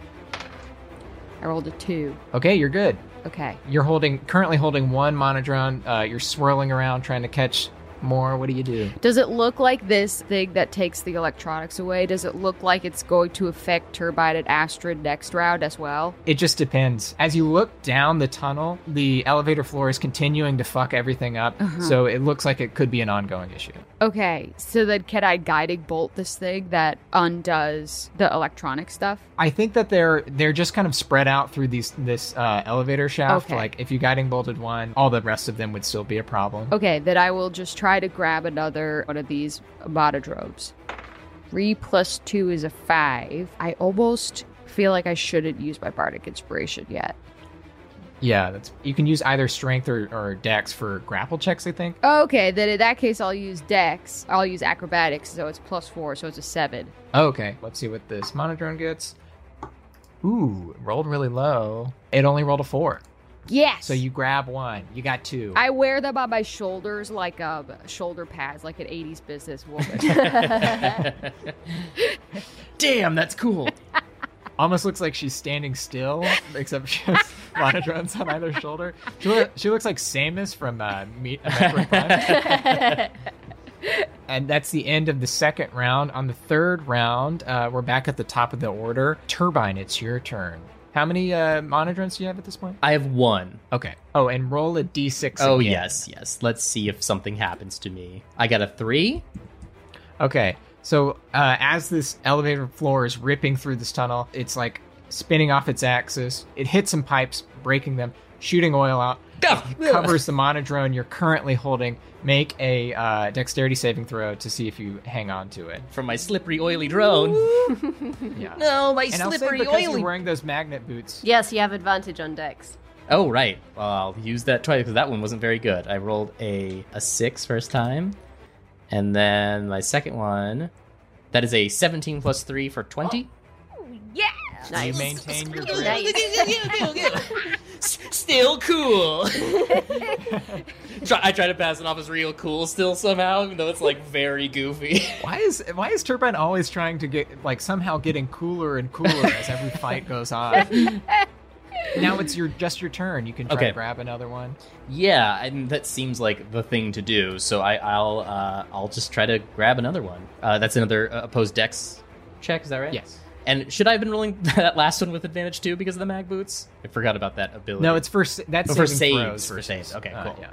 E: I rolled a two.
B: Okay, you're good.
E: Okay.
B: You're holding currently holding one monodrone. Uh, you're swirling around trying to catch more. What do you do?
E: Does it look like this thing that takes the electronics away? Does it look like it's going to affect Turbine and Astrid next round as well?
B: It just depends. As you look down the tunnel, the elevator floor is continuing to fuck everything up,
E: Uh-huh.
B: so it looks like it could be an ongoing issue.
E: Okay, so then can I guiding bolt this thing that undoes the electronic stuff?
B: I think that they're they're just kind of spread out through these this uh, elevator shaft.
E: Okay.
B: Like if you guiding bolted one, all the rest of them would still be a problem.
E: Okay, then I will just try to grab another one of these monodrobes. Three plus two is a five. I almost feel like I shouldn't use my bardic inspiration yet.
B: Yeah, that's you can use either strength or, or dex for grapple checks. I think.
E: Okay, then in that case, I'll use dex. I'll use acrobatics, so it's plus four, so it's a seven.
B: Oh, Okay, let's see what this monodrone gets. Ooh, rolled really low. It only rolled a four.
E: Yes!
B: So you grab one. You got two.
E: I wear them on my shoulders like um, shoulder pads, like an 80s business woman.
G: Damn, that's cool.
B: Almost looks like she's standing still, except she has monodrones on either shoulder. She, look, she looks like Samus from uh, Meet American Pie. And that's the end of the second round. On the third round, uh, we're back at the top of the order. Turbine, it's your turn. How many uh, monodrones do you have at this point?
G: I have one.
B: Okay. Oh, and roll a d6.
G: Oh
B: again.
G: yes, yes. Let's see if something happens to me. I got a three.
B: Okay. So uh, as this elevator floor is ripping through this tunnel, it's like spinning off its axis. It hits some pipes, breaking them, shooting oil out.
G: [laughs]
B: Covers the monodrone you're currently holding. Make a uh, dexterity saving throw to see if you hang on to
G: [laughs]
B: it.
G: From my slippery oily drone.
B: Yeah.
H: No, my
B: and I'll say
H: slippery
B: because
H: oily.
B: you're wearing those magnet boots.
H: [laughs] Yes, you have advantage on dex.
G: Oh right. Well, I'll use that twice because that one wasn't very good. I rolled a a six first time, and then my second one. That is a seventeen plus three for twenty.
K: Yeah.
B: You maintain your grip.
G: [gasps] Still cool. try, I try to pass it off as real cool still somehow, even though it's like very goofy. [laughs]
B: Why is why is Turbine always trying to get like somehow getting cooler and cooler as
E: [laughs]
B: every fight goes on? now it's your just your turn. You can try
G: Okay.
B: to grab another one.
G: yeah, and that seems like the thing to do. So I, I'll uh, I'll just try to grab another one. Uh, that's another uh, opposed dex check. Is that right?
B: Yes.
G: And should I have been rolling [laughs] that last one with advantage too because of the mag boots? I forgot about that ability.
B: No, it's for s- that's
G: Oh, for
B: saving
G: saves.
B: throws
G: For
B: versus-
G: saves. Okay,
B: uh,
G: cool.
B: yeah.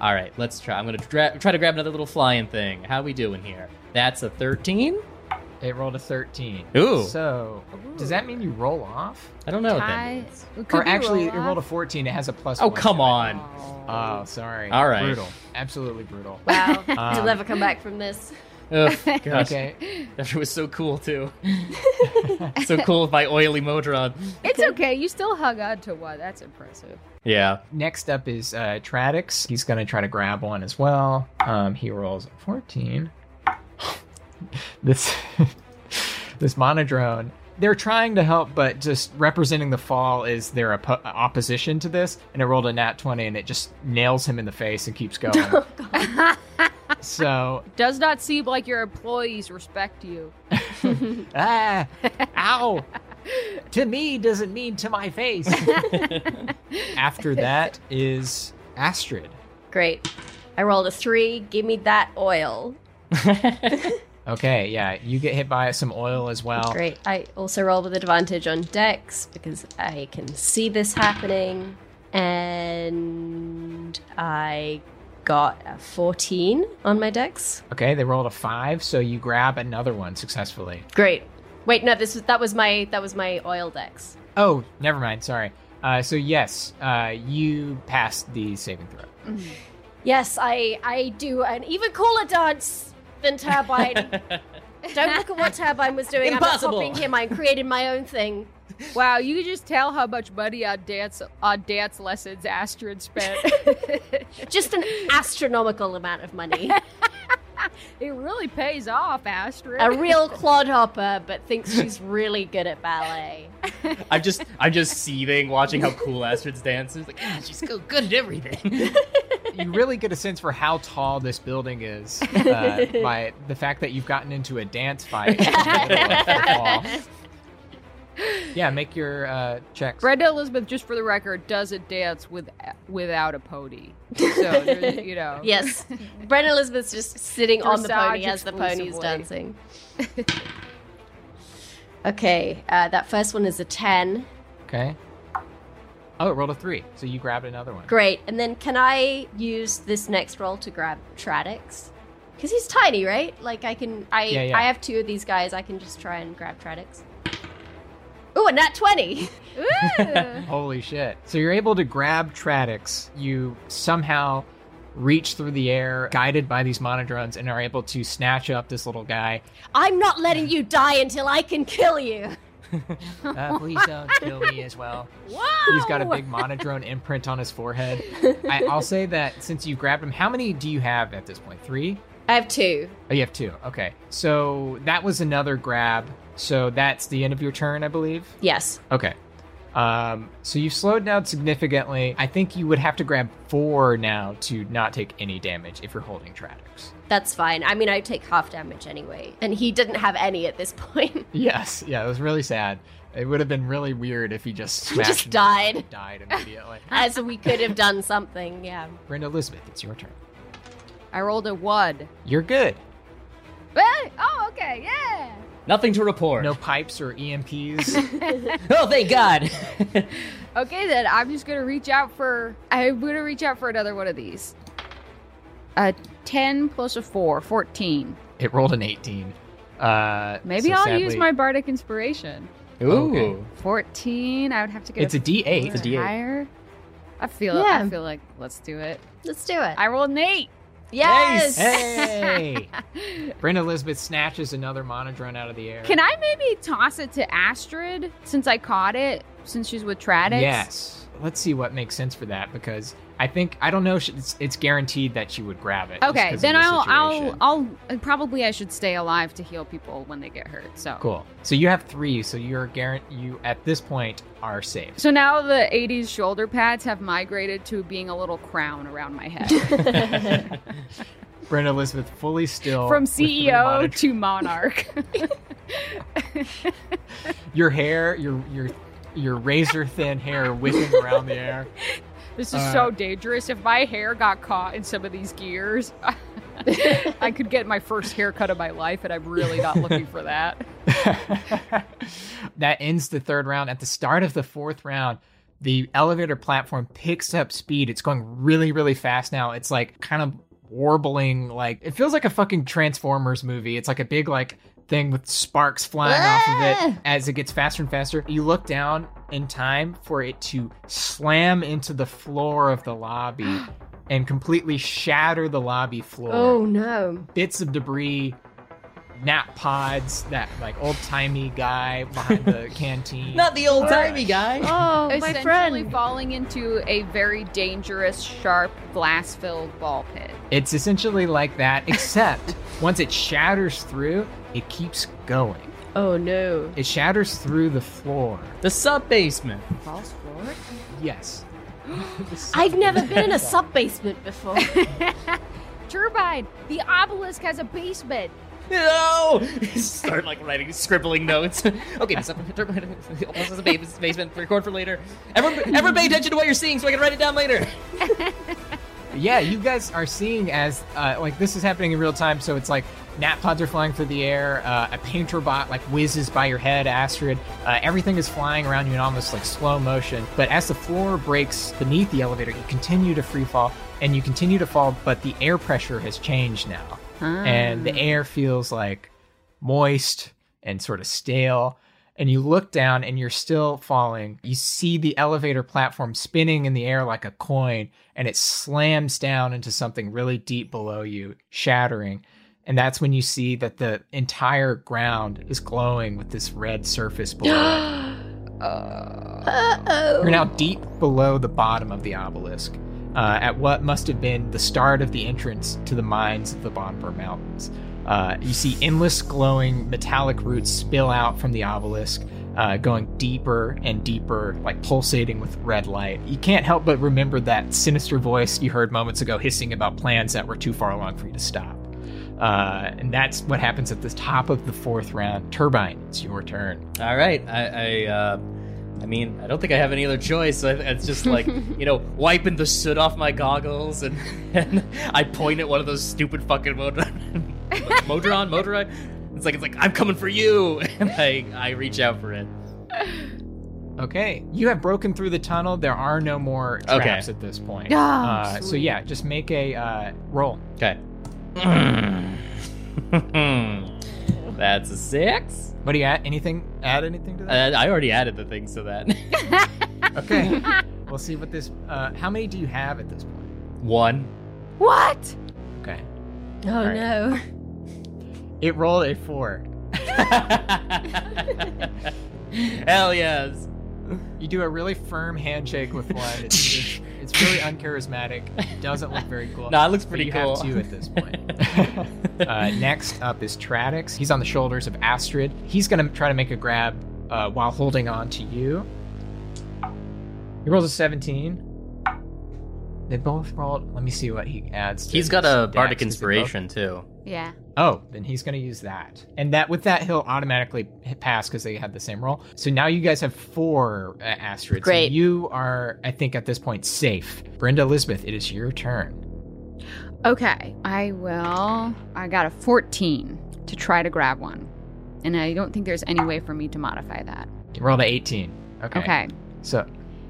G: All right, let's try. I'm gonna dra- try to grab another little flying thing. How we doing here? That's a 13.
B: It rolled a thirteen.
G: Ooh.
B: So does that mean you roll off?
G: I don't know. What Oh, that
E: I-
G: means.
E: Could
B: or
E: be
B: actually,
E: roll
B: it rolled a
E: off.
B: fourteen. It has a plus.
G: Oh
B: one
G: come
B: to it.
G: on.
B: Oh, sorry.
G: All right.
B: Brutal. Absolutely brutal.
H: Wow.
B: Um,
H: You'll never come back from this.
G: Ugh, gosh.
B: Okay.
G: That was so
B: [laughs]
G: cool too. so cool with my oily Modron.
E: it's okay, you still hung on to one. That's impressive.
G: Yeah.
B: Next up is uh, Tradix. He's going to try to grab one as well. Um, he rolls a 14. [laughs] this [laughs] this monodrone. They're trying to help, but just representing the fall is their oppo- opposition to this. And it rolled a nat 20 and it just nails him in the face and keeps going. so,
E: Does not seem like your employees respect you.
B: ah, ow. To me doesn't mean to my face. After that is Astrid.
H: Great. I rolled a three. Give me that oil.
B: Okay, yeah, you get hit by some oil as well.
H: Great. I also roll with advantage on dex because I can see this happening. And I got a 14 on my dex.
B: Okay, they rolled a five, so you grab another one successfully.
H: Great. Wait, no, this was that was my that was my oil dex.
B: Oh, never mind. Sorry. Uh, so yes, uh, you passed the saving throw.
H: Yes, I I do an even cooler dance than turbine. Don't look at what turbine was doing.
E: Impossible.
H: I'm not copying him. I created my own thing.
E: Wow, you could just tell how much money on dance on dance lessons Astrid spent. [laughs]
H: Just an astronomical amount of money.
E: it really pays off, Astrid.
H: A real clodhopper, but thinks she's really good at ballet.
G: I'm just I'm just seething watching how cool Astrid's dance is. Like, ah, she's so good at everything.
B: you really get a sense for how tall this building is uh, by the fact that you've gotten into a dance fight. [laughs] in the middle of the hall.
H: [laughs]
B: yeah, make your uh, checks.
E: Brenda Elizabeth, just for the record, doesn't dance with without a pony. So there's- you know,
H: Yes. Brenna Elizabeth's just sitting on the
E: Dressage
H: pony as the pony's
E: exclusively.
H: dancing. [laughs] okay, uh, that first one is a 10.
B: Okay. Oh, it rolled a three, so you grabbed another one.
H: Great. And then can I use this next roll to grab Tradix? Because he's tiny, right? Like I can, I
B: Yeah, yeah.
H: I have two of these guys. I can just try and grab Tradix. Ooh, a nat twenty. [laughs]
B: Holy shit. So you're able to grab Tradix. You somehow reach through the air, guided by these monodrones, and are able to snatch up this little guy.
H: I'm not letting you die until I can kill you.
B: Uh, please don't kill me as well. He's got a big monodrone imprint on his forehead. I, I'll say that since you grabbed him, how many do you have at this point? Three?
H: I have two.
B: Oh, you have two. Okay. So that was another grab. So that's the end of your turn, I believe.
H: Yes.
B: Okay. Um, so you've slowed down significantly. I think you would have to grab four now to not take any damage if you're holding Tradix.
H: That's fine. I mean, I take half damage anyway, and he didn't have any at this [laughs] point.
B: Yes. Yeah, it was really sad. It would have been really weird if he just
H: He
B: smashed
H: just
B: and
H: died,
B: died
E: [laughs]
B: immediately.
H: as we could have done something. Yeah.
B: Brenda Elizabeth, it's your turn.
E: I rolled a one.
B: You're good.
E: Eh? Oh, okay, yeah.
G: Nothing to report.
B: No pipes or E
E: [laughs]
B: EMPs.
G: Oh, thank God.
E: Okay, then I'm just gonna reach out for. I'm gonna reach out for another one of these. A ten plus a four, 14.
B: it rolled an 18. Uh,
E: Maybe
B: so
E: I'll
B: sadly-
E: use my bardic inspiration.
G: Ooh.
B: Okay.
E: Fourteen. I would have to get.
B: It's a D8.
E: It's a
C: D8.
E: Higher. I feel.
H: Yeah.
E: I feel like let's do it.
H: Let's do it.
E: I rolled an eight.
H: Yes.
E: [laughs]
B: Hey! Brenda Elizabeth snatches another monodrone out of the air.
E: Can I maybe toss it to Astrid since I caught it since she's with Tradix?
B: Yes. Let's see what makes sense for that because I think I don't know. If it's, it's guaranteed that she would grab it. just
E: Okay,
B: 'cause of
E: then
B: the
E: I'll, I'll
B: situation.
E: I'll uh, probably I should stay alive to heal people when they get hurt. So
B: Cool. So you have three. So you're guarant. You at this point are safe.
E: So now the 80s shoulder pads have migrated to being a little crown around my head.
B: [laughs] Brenda Elizabeth fully still Oh,
E: From
B: with three
E: CEO
B: monodrones.
E: to monarch.
B: your hair, your your your razor thin hair whipping around the air.
E: this is so dangerous. If my hair got caught in some of these gears, [laughs] I could get my first haircut of my life, and I'm really not looking for [laughs] that.
B: [laughs] that ends the third round. At the start of the fourth round, the elevator platform picks up speed. It's going really, really fast now. It's like kind of warbling, like it feels like a fucking Transformers movie. It's like a big, like, thing with sparks flying off of it as it gets faster and faster. You look down in time for it to slam into the floor of the lobby and completely shatter the lobby floor
H: Oh no.
B: bits of debris, nap pods, that like old timey guy behind
G: [laughs]
B: the canteen.
G: Not the old timey guy.
H: Oh,
E: Essentially falling into a very dangerous, sharp, glass-filled ball pit.
B: It's essentially like that, except once it shatters through, it keeps going.
H: Oh no.
B: It shatters through the floor.
G: The sub basement. [gasps]
B: Yes. [laughs]
H: I've never been in a sub basement [laughs] before.
E: Turbine, the obelisk has a basement.
G: No! [laughs] Start like writing, scribbling notes. [laughs] okay, this up [laughs] this is a ba- basement. Record for later. Everyone, everyone, pay attention to what you're seeing so I can write it down later.
B: yeah, you guys are seeing as uh, like this is happening in real time. So it's like nap pods are flying through the air. Uh, a painter bot like whizzes by your head, Astrid. Uh, everything is flying around you in almost like slow motion. But as the floor breaks beneath the elevator, you continue to free fall and you continue to fall. But the air pressure has changed now,
E: Ah.
B: and the air feels like moist and sort of stale. And you look down and you're still falling. You see the elevator platform spinning in the air like a coin, and it slams down into something really deep below you, shattering. And that's when you see that the entire ground is glowing with this red surface below. [gasps]
H: Uh-oh.
B: You're now deep below the bottom of the obelisk, uh, at what must have been the start of the entrance to the mines of the Bonfur Mountains. Uh, you see endless glowing metallic roots spill out from the obelisk, uh, going deeper and deeper, like pulsating with red light. You can't help but remember that sinister voice you heard moments ago hissing about plans that were too far along for you to stop. Uh, and that's what happens at the top of the fourth round. Turbine, it's your turn.
G: All right. I, I, uh, I mean, I don't think I have any other choice. I, it's just [laughs] like you know, wiping the soot off my goggles, and, [laughs] and I point at one of those stupid fucking [laughs] Modron, Modron, Motorai. It's like it's like I'm coming for you, [laughs] and I I reach out for it.
B: Okay, you have broken through the tunnel. There are no more
G: Okay.
B: traps at this point.
G: Ah,
B: uh, so
G: sweet.
B: yeah, just make a uh, roll.
G: Okay. [laughs] That's a six.
B: What do you add? Anything? Add anything to that?
G: Uh, I already added the things to that. [laughs] Uh,
B: Okay. we'll see what this. Uh, how many do you have at this point?
G: One. [laughs]
H: What?
B: Okay.
H: Oh
B: All right.
H: no.
B: It rolled a four.
G: Hell yes.
B: You do a really firm handshake with one. It's, it's, it's
G: [laughs]
B: really uncharismatic. It doesn't look very cool.
G: Nah, it looks
B: But
G: pretty
B: you
G: cool.
B: have two at this point. [laughs]
G: [laughs]
B: uh, next up is Tradix. He's on the shoulders of Astrid. He's going to try to make a grab uh, while holding on to you. He rolls a 17. They both rolled. Let me see what he adds. To
G: He's got
B: his
G: a
B: dex,
G: bardic
B: 'cause they both-
G: inspiration too.
E: Yeah.
B: Oh, then he's going to use that. And that with that, he'll automatically hit pass because they had the same roll. So now you guys have four uh, asteroids.
H: Great.
B: So you are, I think, at this point, safe. Brenda Elizabeth, it is your turn.
E: Okay. I will. I got a 14 to try to grab one. And I don't think there's any way for me to modify that.
B: You rolled a 18. Okay.
E: Okay.
B: So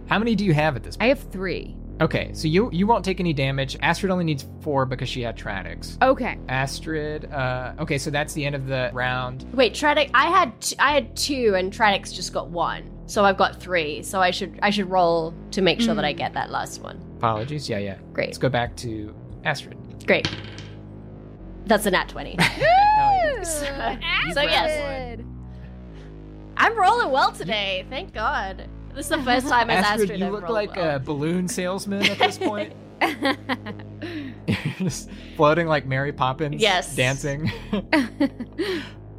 B: how many do you have at this
E: I
B: point?
E: have three.
B: Okay, so you you won't take any damage. Astrid only needs four because she had Tradix.
E: Okay.
B: Astrid, uh, okay, so that's the end of the round.
H: Wait, Tradic. I had t- I had two, and Tradic's just got one. So I've got three. So I should I should roll to make sure that I get that last one.
B: Apologies. Yeah, yeah.
H: Great.
B: Let's go back to Astrid.
H: Great. That's a
B: [laughs]
H: nat twenty. so yes. I'm rolling well today. Thank God. This is the [laughs] first time as Astrid,
B: you
H: I've
B: look
H: rolled
B: like
H: well.
B: a balloon salesman at this
H: [laughs]
B: point. [laughs] You're just floating like Mary Poppins.
H: Yes. [laughs]
B: Dancing. [laughs]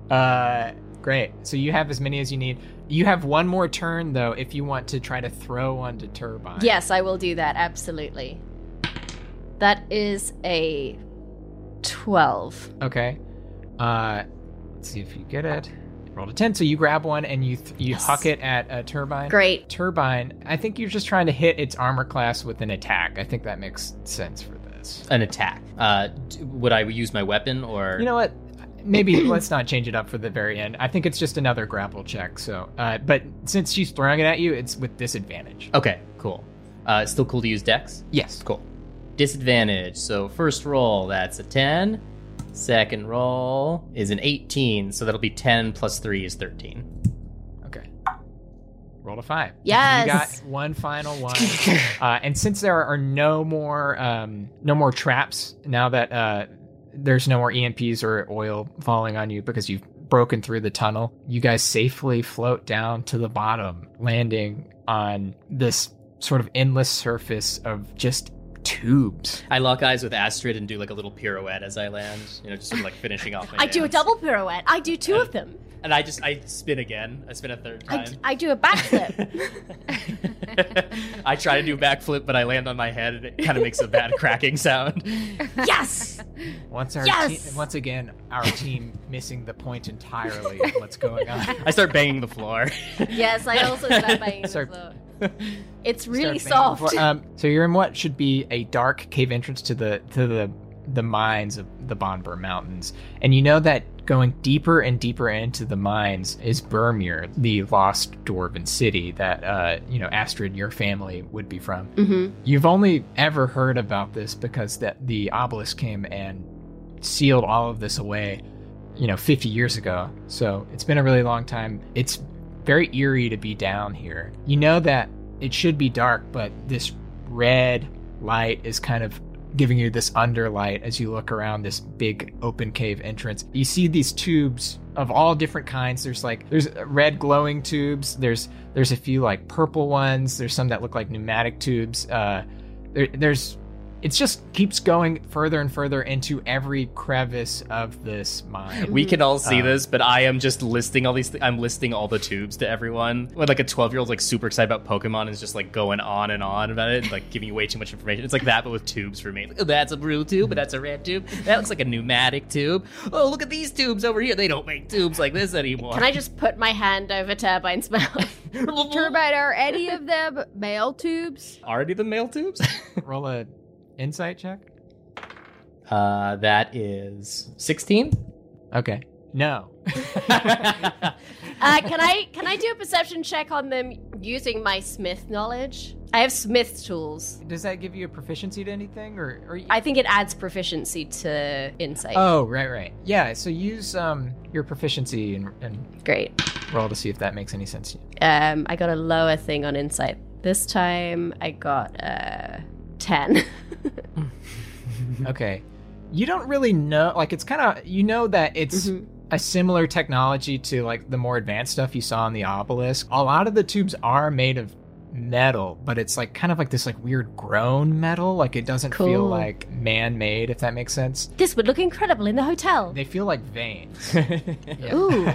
B: uh, great. So you have as many as you need. You have one more turn though, if you want to try to throw one to turbine.
H: Yes, I will do that. Absolutely. That is a twelve.
B: Okay. Uh, let's see if you get it. Rolled a ten, so you grab one and you th- you
H: Yes.
B: huck it at a turbine.
H: Great.
B: Turbine. I think you're just trying to hit its armor class with an attack. I think that makes sense for this.
G: An attack. Uh, d- would I use my weapon or?
B: You know what?
H: [clears throat]
B: Maybe let's not change it up for the very end. I think it's just another grapple check. So, uh, but since she's throwing it at you, it's with disadvantage.
H: Oh.
G: Okay, cool. Uh, it's still cool to use Dex.
B: Yes.
G: Cool. Disadvantage. So first roll, that's a ten. Second roll is an 18, so that'll be 10 plus 3 is 13.
B: Okay. Roll a five. You
H: Yes.
B: got one final
H: [laughs]
B: one. uh, and since there are no more um, no more traps now that uh, there's no more EMPs or oil falling on you because you've broken through the tunnel, you guys safely float down to the bottom, landing on this sort of endless surface of just tubes.
G: I lock eyes with Astrid and do like a little pirouette as I land, you know, just sort of like finishing
H: [laughs]
G: off my
H: I do a
G: dance.
H: double pirouette. I do two of them.
G: And I just, I spin again. I spin a third
H: I,
G: time.
H: I do
B: [laughs]
H: a backflip.
G: [laughs] I try to do backflip, but I land on my head and it kind of makes a bad cracking sound.
H: yes.
B: Once our
H: Yes!
B: te- once again our team [laughs] missing the point entirely of what's going on.
G: I start banging the floor.
B: [laughs]
H: Yes, I also start banging the
B: Start
H: floor.
B: [laughs]
H: It's really
B: Start making
H: soft.
B: for- um, so you're in what should be a dark cave entrance to the to the the mines of the Bonbur Mountains, and you know that going deeper and deeper into the mines is Burmir, the lost dwarven city that uh, you know Astrid, your family would be from.
E: Mm-hmm.
B: You've only ever heard about this because that the obelisk came and sealed all of this away, you know, 50 years ago. So it's been a really long time. It's very eerie to be down here. You know that it should be dark, but this red light is kind of giving you this underlight as you look around this big open cave entrance. You see these tubes of all different kinds. There's like there's red glowing tubes. There's there's a few like purple ones. There's some that look like pneumatic tubes. Uh, there, there's it just keeps going further and further into every crevice of this mine.
G: We can all see
B: Um,
G: this, but I am just listing all these. Th- I'm listing all the tubes to everyone. When, like a 12 year old's like super excited about Pokemon and is just like going on and on about it, and, like giving you way too much information. It's like that, but with tubes for me. Like, oh, that's a blue tube, but that's a red tube. That looks like a pneumatic tube. Oh, look at these tubes over here. They don't make tubes like this anymore.
H: Can I just put my hand over Turbine's mouth?
G: [laughs]
E: Turbide, are any of them male tubes?
G: already the mail tubes?
B: roll a insight check?
G: Uh, that is 16.
B: Okay. [laughs] No.
H: Uh, can I can I do a perception check on them using my Smith knowledge? I have Smith tools.
B: Does that give you a proficiency to anything, or, or
H: I think it adds proficiency to insight.
B: Oh, right, right. Yeah, so use um your proficiency and, and
H: Great.
B: roll to see if that makes any sense to you.
H: Um, I got a lower thing on insight this time. I got uh, ten.
B: Okay. You don't really know like it's kind of you know that it's
H: Mm-hmm.
B: a similar technology to like the more advanced stuff you saw on the obelisk. A lot of the tubes are made of metal, but it's like kind of like this like weird grown metal, like it doesn't feel
H: Cool.
B: like man-made if that makes sense.
H: [laughs] this would look incredible in the hotel.
B: They feel like veins. Yeah.
H: Ooh.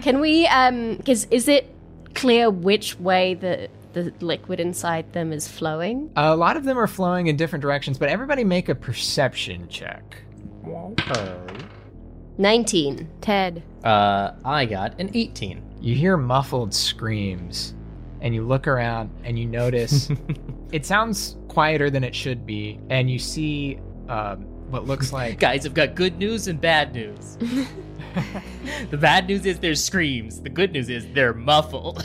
H: Can we? Um, cause is it clear which way the the liquid inside them is flowing?
B: A lot of them are flowing in different directions, but everybody make a perception check.
H: Nineteen.
E: Ted.
G: Uh, I got an 18.
B: You hear muffled screams, and you look around and you notice it sounds quieter than it should be, and you see um, what looks like.
G: [laughs] Guys, I've got good news and bad news. the bad news is there's screams. The good news is they're muffled.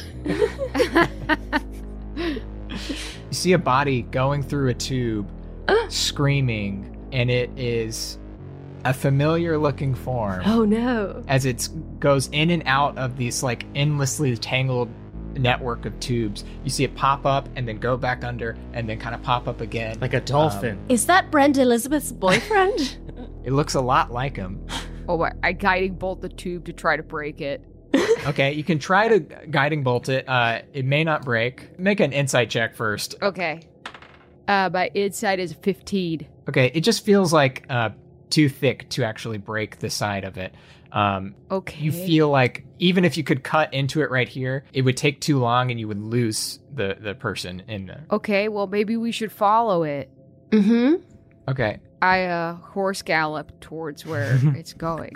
B: You see a body going through a tube, screaming, and it is a familiar looking form. [gasps]
H: Oh no.
B: as it goes in and out of these like endlessly tangled network of tubes. You see it pop up and then go back under and then kind of pop up again.
G: Like a dolphin.
H: Is that Brenda Elizabeth's boyfriend?
B: It looks a lot like him.
F: [laughs] Oh, what? I guiding bolt the tube to try to break it.
B: Okay, you can try to guiding bolt it. Uh, it may not break. Make an insight check first.
F: Okay. Uh, my inside is 15.
B: Okay, it just feels like uh, too thick to actually break the side of it. Um,
F: Okay.
B: you feel like even if you could cut into it right here, it would take too long and you would lose the the person in there.
F: Okay, well, maybe we should follow it.
H: mm-hmm.
B: Okay,
F: I uh, horse gallop towards
B: [laughs]
F: where it's going.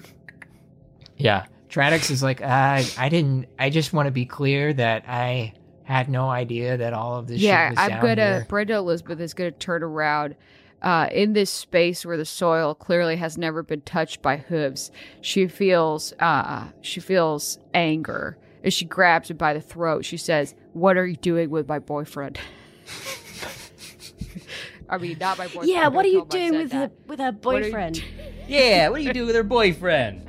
B: Yeah. Traddix is like, uh, I didn't, I just want to be clear that I had no idea that all of this
F: yeah,
B: shit was
F: I'm
B: down
F: gonna.
B: here.
F: Brenda Elizabeth is gonna turn around. Uh, in this space where the soil clearly has never been touched by hooves, she feels uh, she feels anger. As she grabs him by the throat, she says, "What are you doing with my boyfriend?" [laughs] I mean, not my boyfriend.
H: Yeah, what are
F: I
H: you
F: told him I
H: doing
F: said
H: with her
F: that.
H: with her
F: What are you
H: boyfriend?
G: yeah, what do you do with her boyfriend?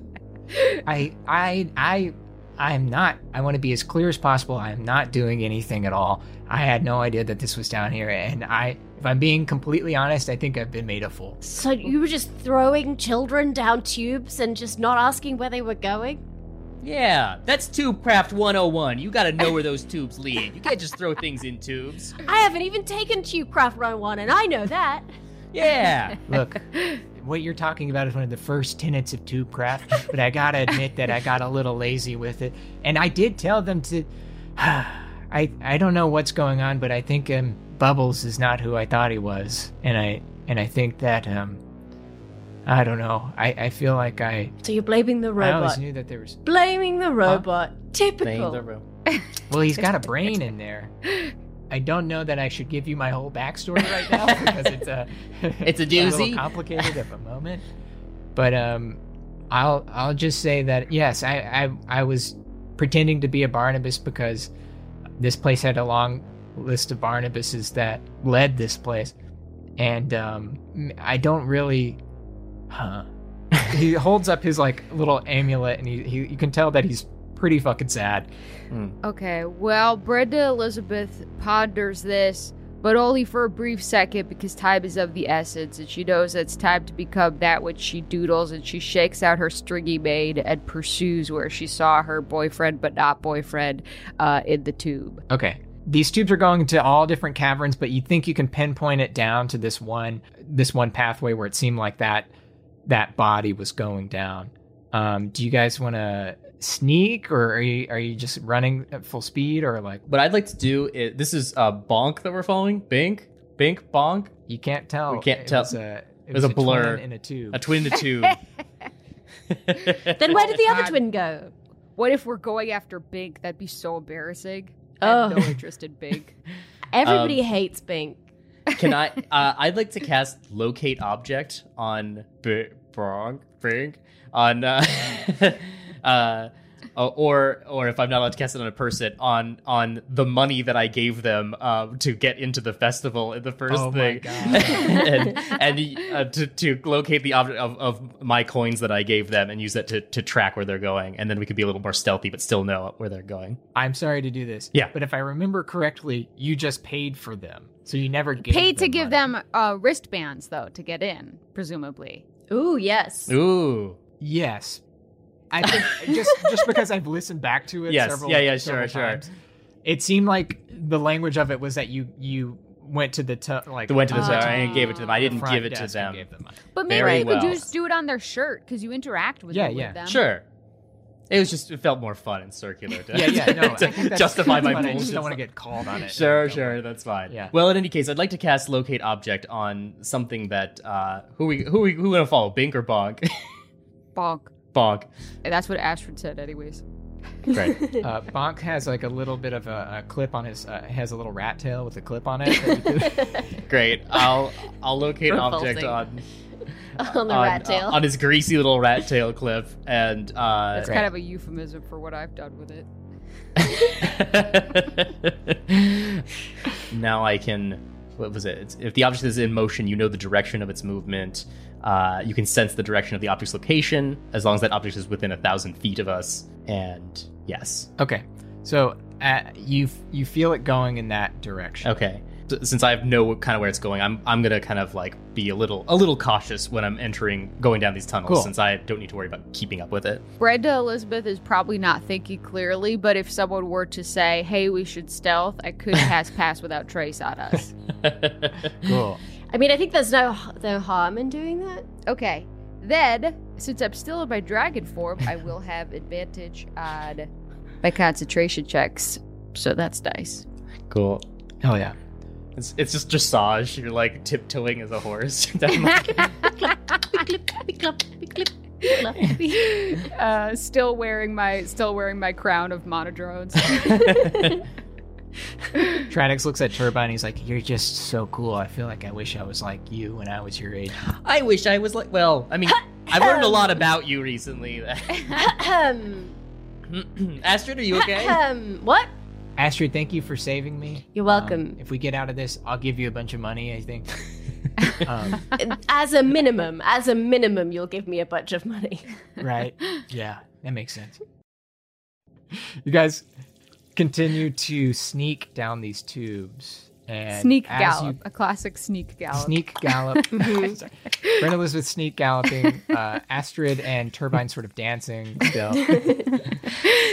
B: I, I, I, I'm not, I want to be as clear as possible. I'm not doing anything at all. I had no idea that this was down here. And I, if I'm being completely honest, I think I've been made a fool.
H: So you were just throwing children down tubes and just not asking where they were going?
G: Yeah, that's Tube Craft 101. You gotta know where those tubes lead. You can't just throw things in tubes.
H: I haven't even taken Tube Craft Run 1 and I know that.
G: [laughs] Yeah.
B: Look, what you're talking about is one of the first tenets of tubecraft, but I gotta admit that I got a little lazy with it, and I did tell them to. [sighs] I I don't know what's going on, but I think um, Bubbles is not who I thought he was, and I and I think that um. I don't know. I, I feel like I
H: So you're blaming the
B: I always
H: robot.
B: knew that there was.
H: Blaming the robot. Typical.
G: room. [laughs]
B: Well, he's got a brain in there. I don't know that I should give you my whole backstory right now because it's [laughs] a
G: [laughs] It's a
B: little
G: doozy.
B: complicated
G: [laughs]
B: of a moment. But um, I'll I'll just say that yes, I, I I was pretending to be a Barnabas because this place had a long list of Barnabases that led this place, and um, I don't really, huh? [laughs] he holds up his like little amulet, and he, he you can tell that he's pretty fucking sad.
E: Okay, well, Brenda Elizabeth ponders this, but only for a brief second because time is of the essence, and she knows it's time to become that which she doodles, and she shakes out her stringy mane and pursues where she saw her boyfriend, but not boyfriend, uh, in the tube.
B: Okay. These tubes are going to all different caverns, but you think you can pinpoint it down to this one this one pathway where it seemed like that that body was going down. Um, do you guys want to sneak, or are you are you just running at full speed, or like
G: What I'd like to do is this is uh, Bonk that we're following. Bink, Bink, Bonk.
B: you can't tell?
G: We can't
B: It
G: tell.
B: was a, it
G: was a
B: twin
G: blur.
B: in a tube.
G: A twin to [laughs] two.
H: Then where did the other twin go?
E: What if we're going after Big? That'd be so embarrassing. I
H: Oh.
E: have no interest in Big.
H: Everybody hates Bink.
G: Can I? Uh, I'd like to cast locate object on B- Bronk Brink on uh, [laughs] uh, uh, or or if I'm not allowed to cast it on a person on on the money that I gave them uh, to get into the festival in the first
B: Oh my
G: thing,
B: God.
G: [laughs] and, and uh, to to locate the object of, of my coins that I gave them and use that to to track where they're going, and then we could be a little more stealthy but still know where they're going.
B: I'm sorry to do this.
G: Yeah.
B: but if I remember correctly, you just paid for them, so you never gave
E: Paid to
B: them
E: give
B: money.
E: them uh, wristbands, though, to get in, presumably.
H: Ooh, yes.
G: Ooh.
B: Yes. I think just just because I've listened back to it
G: Yes,
B: several
G: yeah, yeah,
B: several
G: sure, sure.
B: times, It seemed like the language of it was that you you went to the to, like
G: They went to the
B: front
G: tower and gave it to them. I didn't
B: front
G: give it to
B: desk and
G: them.
B: gave them
G: [laughs]
B: money.
E: But maybe
G: Very
E: you
G: well.
E: could just do it on their shirt because you interact with,
B: Yeah,
E: it with
B: yeah.
E: them.
G: Sure. It was just it felt more fun and circular
B: [laughs]
G: to,
B: Yeah, yeah, no. I
G: [laughs] to
B: think that's-
G: justify my
B: but I
G: bullshit.
B: just don't want to get called on it.
G: [laughs] Sure, sure, that's fine.
B: Yeah.
G: Well, in any case, I'd like to cast locate object on something that uh who we who we who gonna follow, Bink or Bonk? [laughs]
E: Bonk.
G: Bonk.
E: And that's what Astrid said, anyways.
G: Great.
B: Uh, Bonk has like a little bit of a, a clip on his. Uh, has a little rat tail with a clip on it. that
G: [laughs]
B: you could-
G: Great. I'll I'll locate object
H: Revolting.
G: on
H: [laughs] on the
G: on,
H: rat tail.
G: on his greasy little rat tail clip and uh
E: That's kind of a euphemism for what I've done with it.
G: [laughs] now I can. What was it? It's- if the object is in motion, you know the direction of its movement. Uh, you can sense the direction of the object's location as long as that object is within a thousand feet of us. And yes,
B: okay, so uh, you f- you feel it going in that direction.
G: okay. S- Since I have no kind of where it's going, I'm I'm gonna kind of like be a little a little cautious when I'm entering going down these tunnels,
B: Cool.
G: since I don't need to worry about keeping up with it. [laughs]
E: Brenda Elizabeth is probably not thinking clearly, but if someone were to say, hey, we should stealth,
B: [laughs]
E: I could pass pass without trace on us.
G: [gasps]
B: Cool.
H: I mean, I think there's no no harm in doing [laughs] that.
E: Okay. Then, since I'm still in my dragon form, I
B: [laughs]
E: will have advantage on my concentration checks. So that's
B: [laughs]
E: nice.
G: cool.
B: Hell yeah.
G: It's, it's just dressage. You're like tiptoeing as a horse. [laughs] down the-
E: uh, still wearing my still wearing my crown of monodrones.
B: Tranix looks at Turbine. He's like, "You're just so cool. I feel like I wish I was like you when I was your age."
G: I wish I was like. Well, I mean, I've learned a lot about you recently. [laughs]
H: Ahem.
G: Astrid, are you
H: [laughs]
G: okay?
H: Ahem. what?
B: Astrid, thank you for saving me.
H: You're welcome.
B: Um, if we get out of this, I'll give you a bunch of money. I
H: [laughs]
B: think. um,
H: as a minimum, as a minimum, you'll give me a bunch of money.
B: right? Yeah, that makes sense. You guys continue to sneak down these tubes [laughs] and
E: sneak
B: as
E: gallop,
B: you-
E: a classic sneak gallop.
B: Sneak gallop. [laughs] Sorry. Brenda Elizabeth sneak galloping. Uh, Astrid and Turbine sort of dancing still.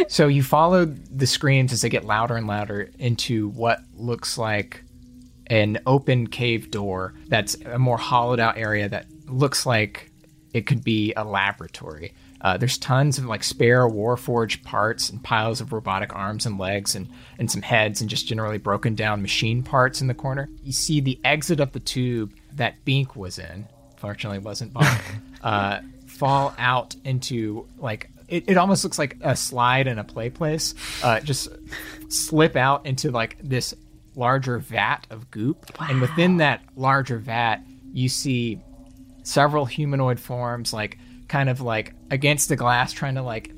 B: so you follow the screams as they get louder and louder into what looks like an open cave door that's a more hollowed out area that looks like it could be a laboratory. Uh, there's tons of like spare warforged parts and piles of robotic arms and legs and, and some heads and just generally broken down machine parts in the corner. You see the exit of the tube that Bink was in, fortunately wasn't Bonk, [laughs] uh, fall out into like it, it almost looks like a slide in a play place. Uh, just slip out into like this larger vat of goop. And within that larger vat, you see several humanoid forms, like kind of like against the glass, trying to like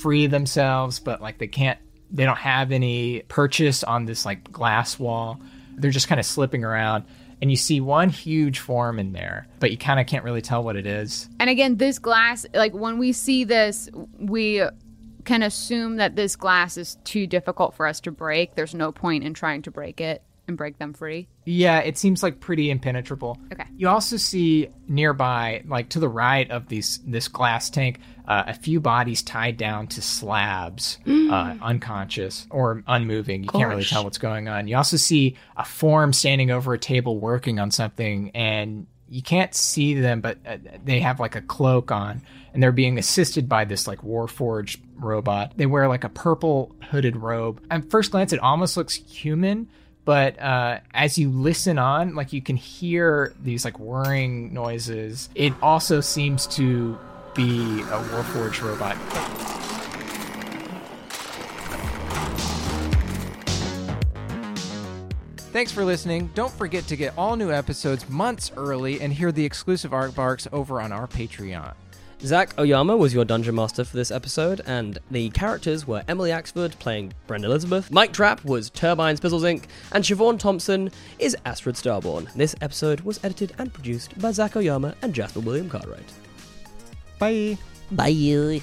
B: free themselves, but like they can't, they don't have any purchase on this like glass wall. They're just kind of slipping around. And you see one huge form in there, but you kind of can't really tell what it is.
E: And again, this glass, like when we see this, we can assume that this glass is too difficult for us to break. There's no point in trying to break it and break them free.
B: Yeah, it seems like pretty impenetrable.
E: Okay.
B: You also see nearby, like to the right of these this glass tank, uh, a few bodies tied down to slabs, uh, unconscious or unmoving. You can't really tell what's going on. You also see a form standing over a table working on something, and you can't see them, but uh, they have like a cloak on, and they're being assisted by this like warforged robot. They wear like a purple hooded robe. At first glance, it almost looks human, but uh, as you listen on, like you can hear these like whirring noises. It also seems to be a warforged robot. Thanks for listening. Don't forget to get all new episodes months early and hear the exclusive art barks over on our Patreon.
C: Zach Oyama was your dungeon master for this episode, and the characters were Emily Axford playing Brenda Elizabeth, Mike Trapp was Turbines Pizzles Inc., and Siobhan Thompson is Astrid Starborn. This episode was edited and produced by Zach Oyama and Jasper William Cartwright.
B: Bye.
C: Bye.